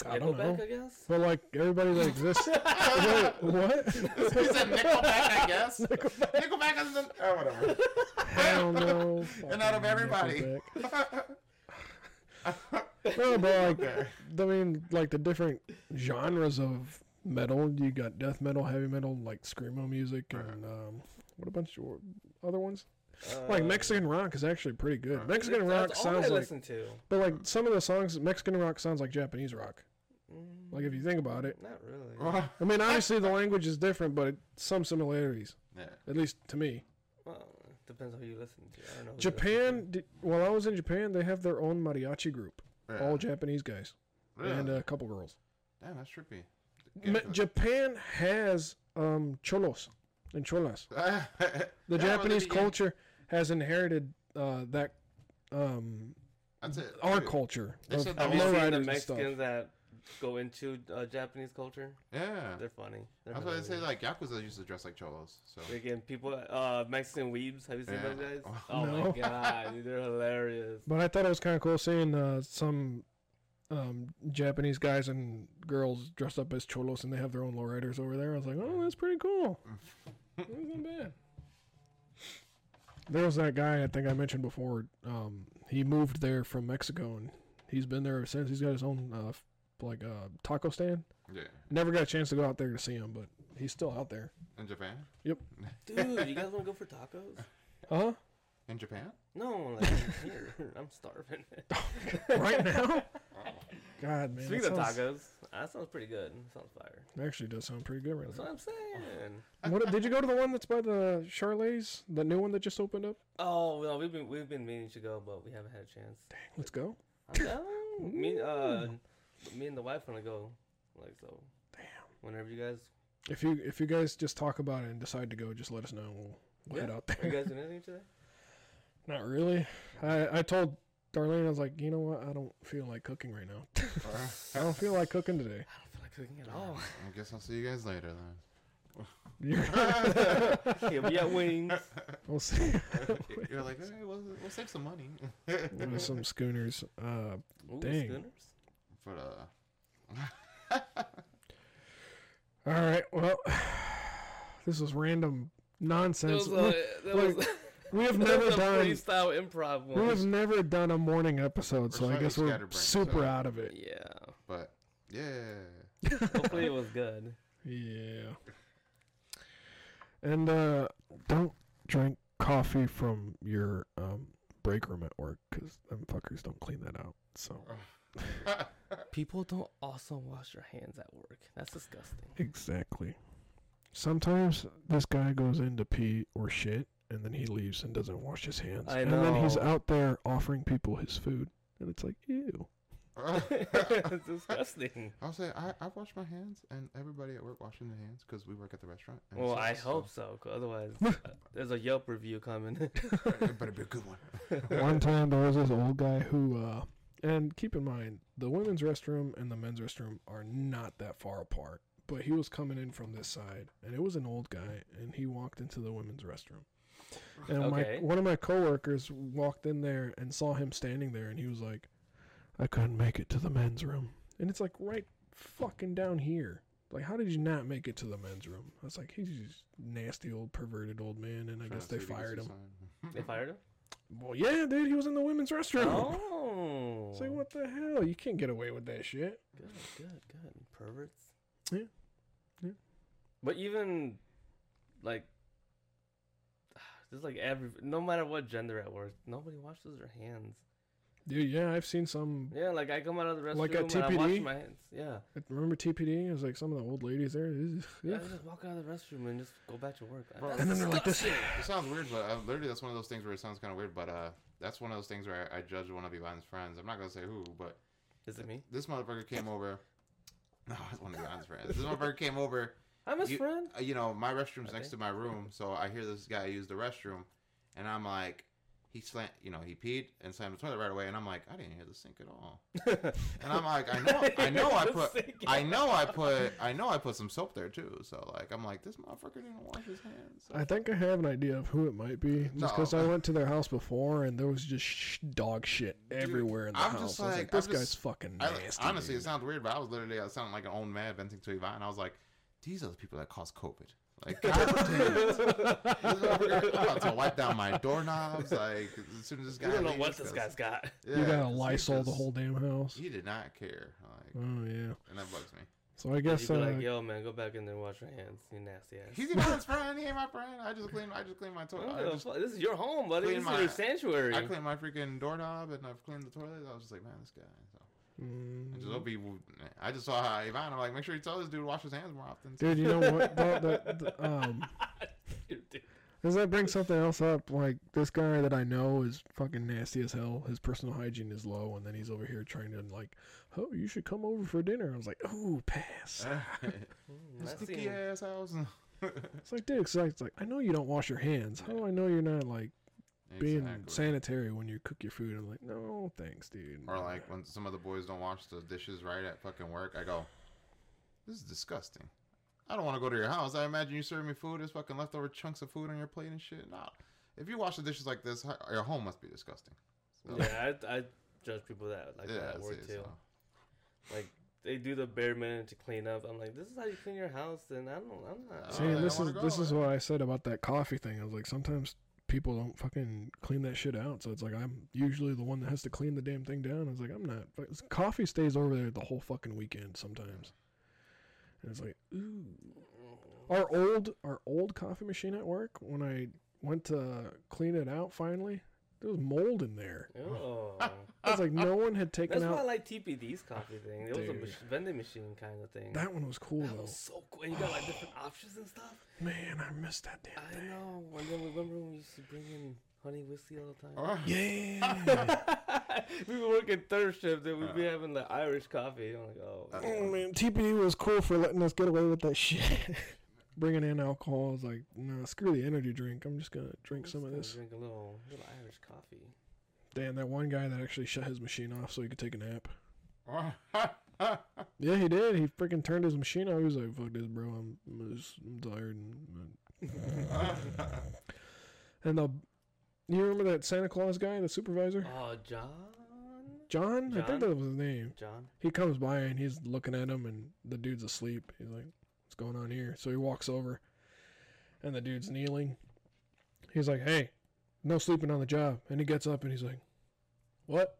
C: <laughs>
A: I don't
B: Nickelback,
A: know.
B: I guess.
A: But like everybody that
C: <laughs>
A: exists. Wait, what?
C: He said Nickelback, I
A: <laughs>
C: guess. Nickelback, is in,
B: Ah,
C: oh, whatever.
A: Hell no.
C: And out of
A: Fucking
C: everybody,
A: Nickelback. No, but like
C: Okay.
A: I mean, like the different genres of metal. You got death metal, heavy metal, like screamo music, and um, what a bunch of other ones. <laughs> Like
B: Uh,
A: Mexican rock is actually pretty good. Mexican rock
B: that's all I
A: sounds like,
B: listen to.
A: but like
C: Mm.
A: some of the songs, Mexican rock sounds like Japanese rock. Like if you think about it,
B: Mm. Not really.
A: I mean, obviously the language is different, but it, some similarities,
C: yeah.
A: at least to me.
B: Well, it depends who you listen to. I don't know. who you listen
A: Japan, did, while I was in Japan, they have their own mariachi group,
C: yeah.
A: all Japanese guys
C: Really?
B: uh,
A: and a couple girls.
C: Damn, that's trippy.
A: Ma- Japan has um, cholos and cholas. The Japanese culture has inherited uh, that um,
C: <laughs> That's it.
A: our
C: Dude,
A: culture
C: They
A: of
B: to.
C: said that
A: of
B: Have you
C: Low
B: seen the
A: lowriders and stuff.
B: Mexicans that go into uh, Japanese culture?
C: Yeah.
B: They're funny. They're
C: That's why they say
B: hilarious.
C: like Yakuza used to dress like cholos. So
B: Freaking people, uh, Mexican weebs. Have you seen
C: Yeah.
B: those guys?
C: Oh,
B: Oh
A: no.
C: <laughs>
B: my god, dude, they're hilarious.
A: But I thought it was kind of cool seeing uh, some um, Japanese guys and girls dressed up as cholos, and they have their own lowriders over there. I was like, oh, that's pretty cool.
B: <laughs>
A: That's not bad. There was that guy I think I mentioned before. Um, he moved there from Mexico, and he's been there ever since. He's got his own uh, f- like uh, taco stand.
C: yeah.
A: Never got a chance to go out there to see him, but he's still out there.
C: In Japan?
B: Dude, you guys want to go for tacos? Uh-huh.
A: Huh?
C: In Japan?
B: No, like
C: <laughs>
B: I'm here. I'm starving. <laughs>
A: right now? God, man.
B: Speaking
A: that
B: of
A: sounds-
B: tacos, that sounds pretty good. Sounds fire.
A: Actually, does sound pretty good right now.
B: That's what I'm saying.
A: What
C: <laughs>
A: did you go to the one that's by the Charlays? The new one that just opened up?
B: Oh well, we've been we've been meaning to go, but we haven't had a chance.
A: Let's go.
B: I'm down. me, uh, me and the wife want to go. Like so.
A: Damn.
B: Whenever you guys,
A: If you if you guys just talk about it and decide to go, just let us know. We'll head out
B: you
A: there. <laughs>
B: guys doing anything today?
A: Not really. I I told Darlene, I was like, you know what? I don't feel like cooking right now. I don't feel like cooking today. <laughs>
B: I don't feel like cooking at all.
C: Oh, I guess I'll see you guys later then. <laughs>
A: You're,
B: <laughs> Give me at wings.
A: we'll see.
C: You're like, hey, we'll, we'll save some money. <laughs>
A: What are some schooners? Uh,
B: Ooh,
A: Dang.
B: Schooners.
C: But uh,
A: all right. Well, <sighs> this was random nonsense.
B: That
C: uh,
B: was,
A: We-
B: a, that
A: Look,
B: was,
A: we
B: <laughs>
A: have
B: that
A: never
B: was a
A: done.
B: freestyle improv one.
A: We have never done a morning episode, so I
C: slightly
A: guess we're
C: scatterbrained,
A: super
C: so-
A: out of it.
B: yeah.
C: but yeah,
A: <laughs>
C: <laughs>
B: Hopefully it was good.
A: Yeah. And uh, don't drink coffee from your um, break room at work because them fuckers don't clean that out. So
B: <laughs> People don't also wash their hands at work. That's <laughs> disgusting.
A: exactly. Sometimes this guy goes in to pee or shit, and then he leaves and doesn't wash his hands,
B: I
A: and then he's
B: know.
A: out there offering people his food, and it's like ew.
B: it's <laughs> disgusting.
C: <laughs> I'll say I, I wash my hands and everybody at work washing their hands because we work at the restaurant. and
B: Well,
C: it's
B: I
C: just-
B: hope so. 'cause Otherwise, uh, there's a Yelp review coming. <laughs>
C: It better be a good one. <laughs>
A: one time there was this old guy who uh and keep in mind the women's restroom and the men's restroom are not that far apart but he was coming in from this side and it was an old guy and he walked into the women's restroom and
B: Okay.
A: my one of my coworkers walked in there and saw him standing there and he was like i couldn't make it to the men's room and it's like right fucking down here like how did you not make it to the men's room i was like he's just nasty old perverted old man and i
C: Trying
A: guess
C: to
A: they
C: see if he gets
A: fired
C: his
A: him
C: sign.
A: <laughs>
B: they fired him.
A: well yeah dude he was in the women's restroom <laughs>
B: Oh,
A: it's like, what the hell? You can't get away with that shit.
B: Good, good, good. Perverts.
A: Yeah. Yeah.
B: But even like just like every no matter what gender at work, nobody washes their hands.
A: Dude, yeah, I've seen some.
B: Yeah, like I come out of the restroom
A: Like at
B: and I wash
A: TPD?
B: my hands. Yeah.
A: Remember TPD? It was like some of the old ladies there. Ugh.
B: yeah. I just walk out of the restroom and just go back to work.
C: Bro,
B: That's
A: And then they're like this.
B: disgusting.
C: It sounds weird, but uh, literally that's one of those things where it sounds kind of weird. But uh, that's one of those things where I, I judge one of Ivan's friends. I'm not gonna say who, but
B: Is it me?
C: this motherfucker came over. <laughs> No, it's one of Ivan's friends. This motherfucker came over.
B: I'm his
C: You- <laughs>
B: friend.
C: uh, you know, my restroom's
B: I
C: next to
B: think.
C: my room, so I hear this guy use the restroom, and I'm like, he slant, you know, he peed and slammed the toilet right away, and I'm like, I didn't hear the sink at all, and I'm like, I know, I know,
A: <laughs>
B: <laughs>
C: I
B: Just
C: put,
B: thinking.
C: I know, I put, I know, I put some soap there too, so like, I'm like, this motherfucker didn't wash his hands.
A: I think I have an idea of who it might be. Just because I
C: No.
A: went to their house before and there was just sh- dog shit everywhere in the
C: I'm
A: house.
C: just
A: I was like,
C: like-
A: this
C: I'm
A: guy's
C: just-
A: fucking
C: I,
A: nasty.
C: honestly, it
A: <laughs> dude.
C: sounds weird, but I was literally I sounded like an old man venting to Yvonne, and I was like, these are the people that caused COVID.
A: <laughs>
C: Like, God damn it. This motherfucker- I'm about to wipe down my doorknobs. Like, as soon as this guy,
B: I don't know
C: leaves,
B: what this
C: 'cause-
B: guy's got.
A: you
C: Yeah,
A: gotta
C: 'cause he
A: Lysol the
C: just-
A: whole damn house.
C: He did not care, like,
A: Oh, yeah.
C: and that bugs me.
A: So I
B: You'd
A: guess.
B: be
A: Uh,
B: like, yo, man, go back in there and wash your hands. You nasty ass.
C: He's my friend. He ain't my friend. I just clean. I just clean my toilet.
B: What
C: I,
B: the
C: just,
B: fuck? This is your home, buddy.
C: clean
B: This
C: my-
B: is your sanctuary.
C: I clean my freaking doorknob, and I've cleaned the toilet. I was just like, man, this guy. So I just
A: mm,
C: hope he.
B: Mm-hmm.
C: w- I just saw how Yvonne. I'm like, make sure you tell this dude to wash his hands more often. <laughs>
A: dude, you know what? Bro, that, th- um, Does that bring something else up? Like this guy that I know is fucking nasty as hell. His personal hygiene is low, and then he's over here trying to like, oh, you should come over for dinner. I was like, oh, pass.
B: Mm, I've
C: Sticky
B: seen-
C: ass house. <laughs>
A: It's like, dude, it's like, it's like, I know you don't wash your hands. How do I know you're not like being
C: Exactly.
A: sanitary when you cook your food? I'm like, no, thanks, dude.
C: Or like when some of the boys don't wash the dishes right at fucking work, I go, "This is disgusting. I don't want to go to your house. I imagine you serving me food. There's fucking leftover chunks of food on your plate and shit. Nah, if you wash the dishes like this, ho- your home must be disgusting. So,
B: Yeah, I, I judge people that like that at
C: I
B: work
C: see,
B: too.
C: so. <laughs>
B: Like they do the bare minimum to clean up. I'm like, this is how you clean your house, and I don't, I'm not.
A: See,
C: Oh,
A: and
C: they
A: this
C: wanna
A: is
C: go,
A: this is
C: huh?
A: what I said about that coffee thing. I was like, sometimes people don't fucking clean that shit out, so it's like I'm usually the one that has to clean the damn thing down. I was like, I'm not. but it's- Coffee stays over there the whole fucking weekend sometimes, and it's like, ooh. Our old our old coffee machine at work when I went to clean it out finally, there was mold in there. <laughs>
B: Oh,
A: It's like no one had taken
B: <laughs> that's why I
A: out.
B: like TPD's coffee thing. It was a
A: Dude.
B: mach- vending machine kind of thing.
A: That one was cool
B: That
A: though.
B: was so cool. And you got like different options and stuff.
A: Man, I missed that damn
B: I
A: thing.
B: know. And then remember when we used to bring in honey whiskey all the time.
A: Oh,
B: <laughs>
A: Yeah.
B: we were working third shift and we'd be having the Irish coffee. I'm like, oh,
C: Uh,
A: Oh man, TPD was cool for letting us get away with that shit. <laughs> Bringing in alcohol I was like, nah, screw the energy drink. I'm just gonna drink
B: I'm
A: some
B: just
A: of
B: gonna
A: this. <laughs>
B: Drink a little, little Irish coffee.
A: Damn, that one guy that actually shut his machine off so he could take a nap.
C: That's
A: Yeah, he did. He freaking turned his machine off. He was like, "Fuck this, bro. I'm, I'm, just, I'm tired." And, and the, you remember that Santa Claus guy, the supervisor,
B: Oh, John.
A: John? I
B: John?
A: think that was his name.
C: <laughs>
B: John.
A: He comes by and he's looking at him, and the dude's asleep. He's like, "What's going on here?" So he walks over, and the dude's kneeling. He's like, "Hey, no sleeping on the job." And he gets up and he's like, "What?"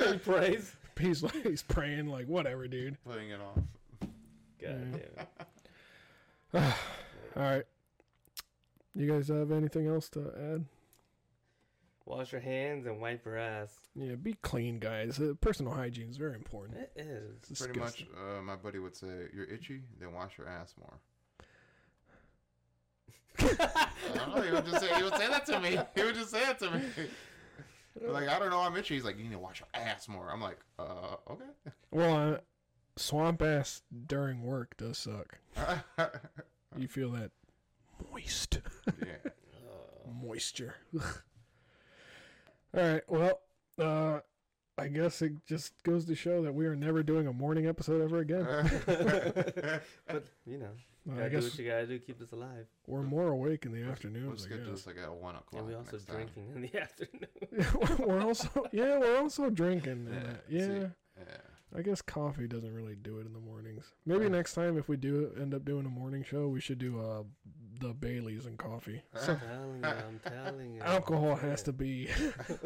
A: <laughs>
C: <laughs>
B: he prays.
A: He's like, he's praying, like, "Whatever, dude."
C: Putting it off.
B: God
A: Yeah.
B: damn it.
A: <sighs> All right. You guys have anything else to add?
B: Wash your hands and wipe your ass.
A: Yeah, be clean, guys. Uh, personal hygiene is very important.
B: It is.
A: It's
C: Eh, Pretty much,
A: disgusting.
C: uh, my buddy would say, "You're itchy, then wash your ass more." <laughs> I don't know. He would just say he would say that to me. He would just
B: <laughs>
C: say that to me. But, like I don't know, I'm itchy. He's like, "You need to wash your ass more." I'm like, "Uh,
A: Well, uh, swamp ass during work does suck.
C: okay."
A: You feel that moist
C: <laughs> yeah.
B: Oh.
A: moisture. Ugh. <laughs> All right. Well, uh, I guess it just goes to show that we are never doing a morning episode ever again.
C: <laughs>
B: but you know,
A: Uh,
B: gotta
A: I
B: do
A: guess
B: what you gotta do. to Keep us alive.
A: we're more awake in the
C: we'll
A: afternoons.
C: just
A: I
C: get to
A: <laughs> guess.
C: this like at one o'clock.
B: and we also
C: next time.
B: drinking in the <laughs> afternoon.
A: we're also yeah, we're also drinking. and that.
C: <laughs> Yeah, see.
A: yeah.
C: Yeah.
A: I guess coffee doesn't really do it in the mornings. Maybe
C: Yeah.
A: next time if we do end up doing a morning show, we should do uh the Baileys and coffee.
C: Ah,
B: I'm telling you, I'm telling
A: <laughs>
B: you.
A: Alcohol has to be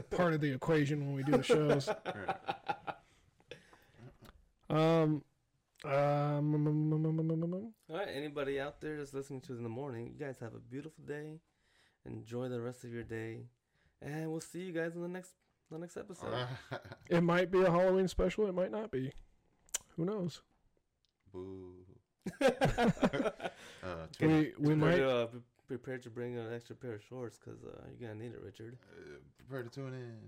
A: part of the equation when we do the
C: <laughs>
A: shows.
B: <laughs>
A: <laughs> Um, um, um, um, um, um, um, um, um.
B: All right, anybody out there that's listening to it in the morning, you guys have a beautiful day. Enjoy the rest of your day, and we'll see you guys in the next the next episode.
A: it might be a Halloween special. It might not be. Who knows?
C: <laughs> Boo.
B: <laughs>
C: Uh, two, uh,
A: We we
B: Prepare
A: might.
B: to, uh, pre- prepare to bring an extra pair of shorts because uh, you're gonna need it, Richard.
C: Uh, prepare to tune in.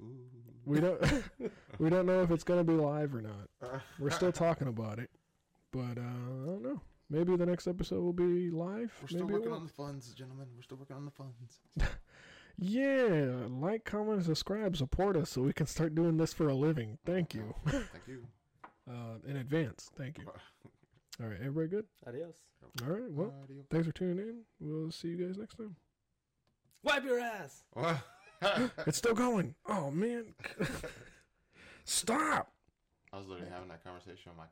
C: Ooh.
A: We don't
C: <laughs>
A: <laughs> we don't know if it's gonna be live or not. We're
C: <laughs>
A: still talking about it, but uh, I don't know. Maybe the next episode will be live.
C: We're still
A: Maybe it
C: working
A: won't.
C: on the funds, gentlemen. We're still working on the funds.
A: Yeah, like, comment, subscribe, support us so we can start doing this for a living. Thank you. <laughs>
C: Thank you.
A: Uh, in advance. Thank you. All right, everybody good?
B: Adios.
A: All right, well,
C: Audio.
A: thanks for tuning in. We'll see you guys next time.
B: Wipe your ass.
C: <laughs> uh,
A: It's still going. Oh, man. <laughs> Stop.
C: I was literally having that conversation with my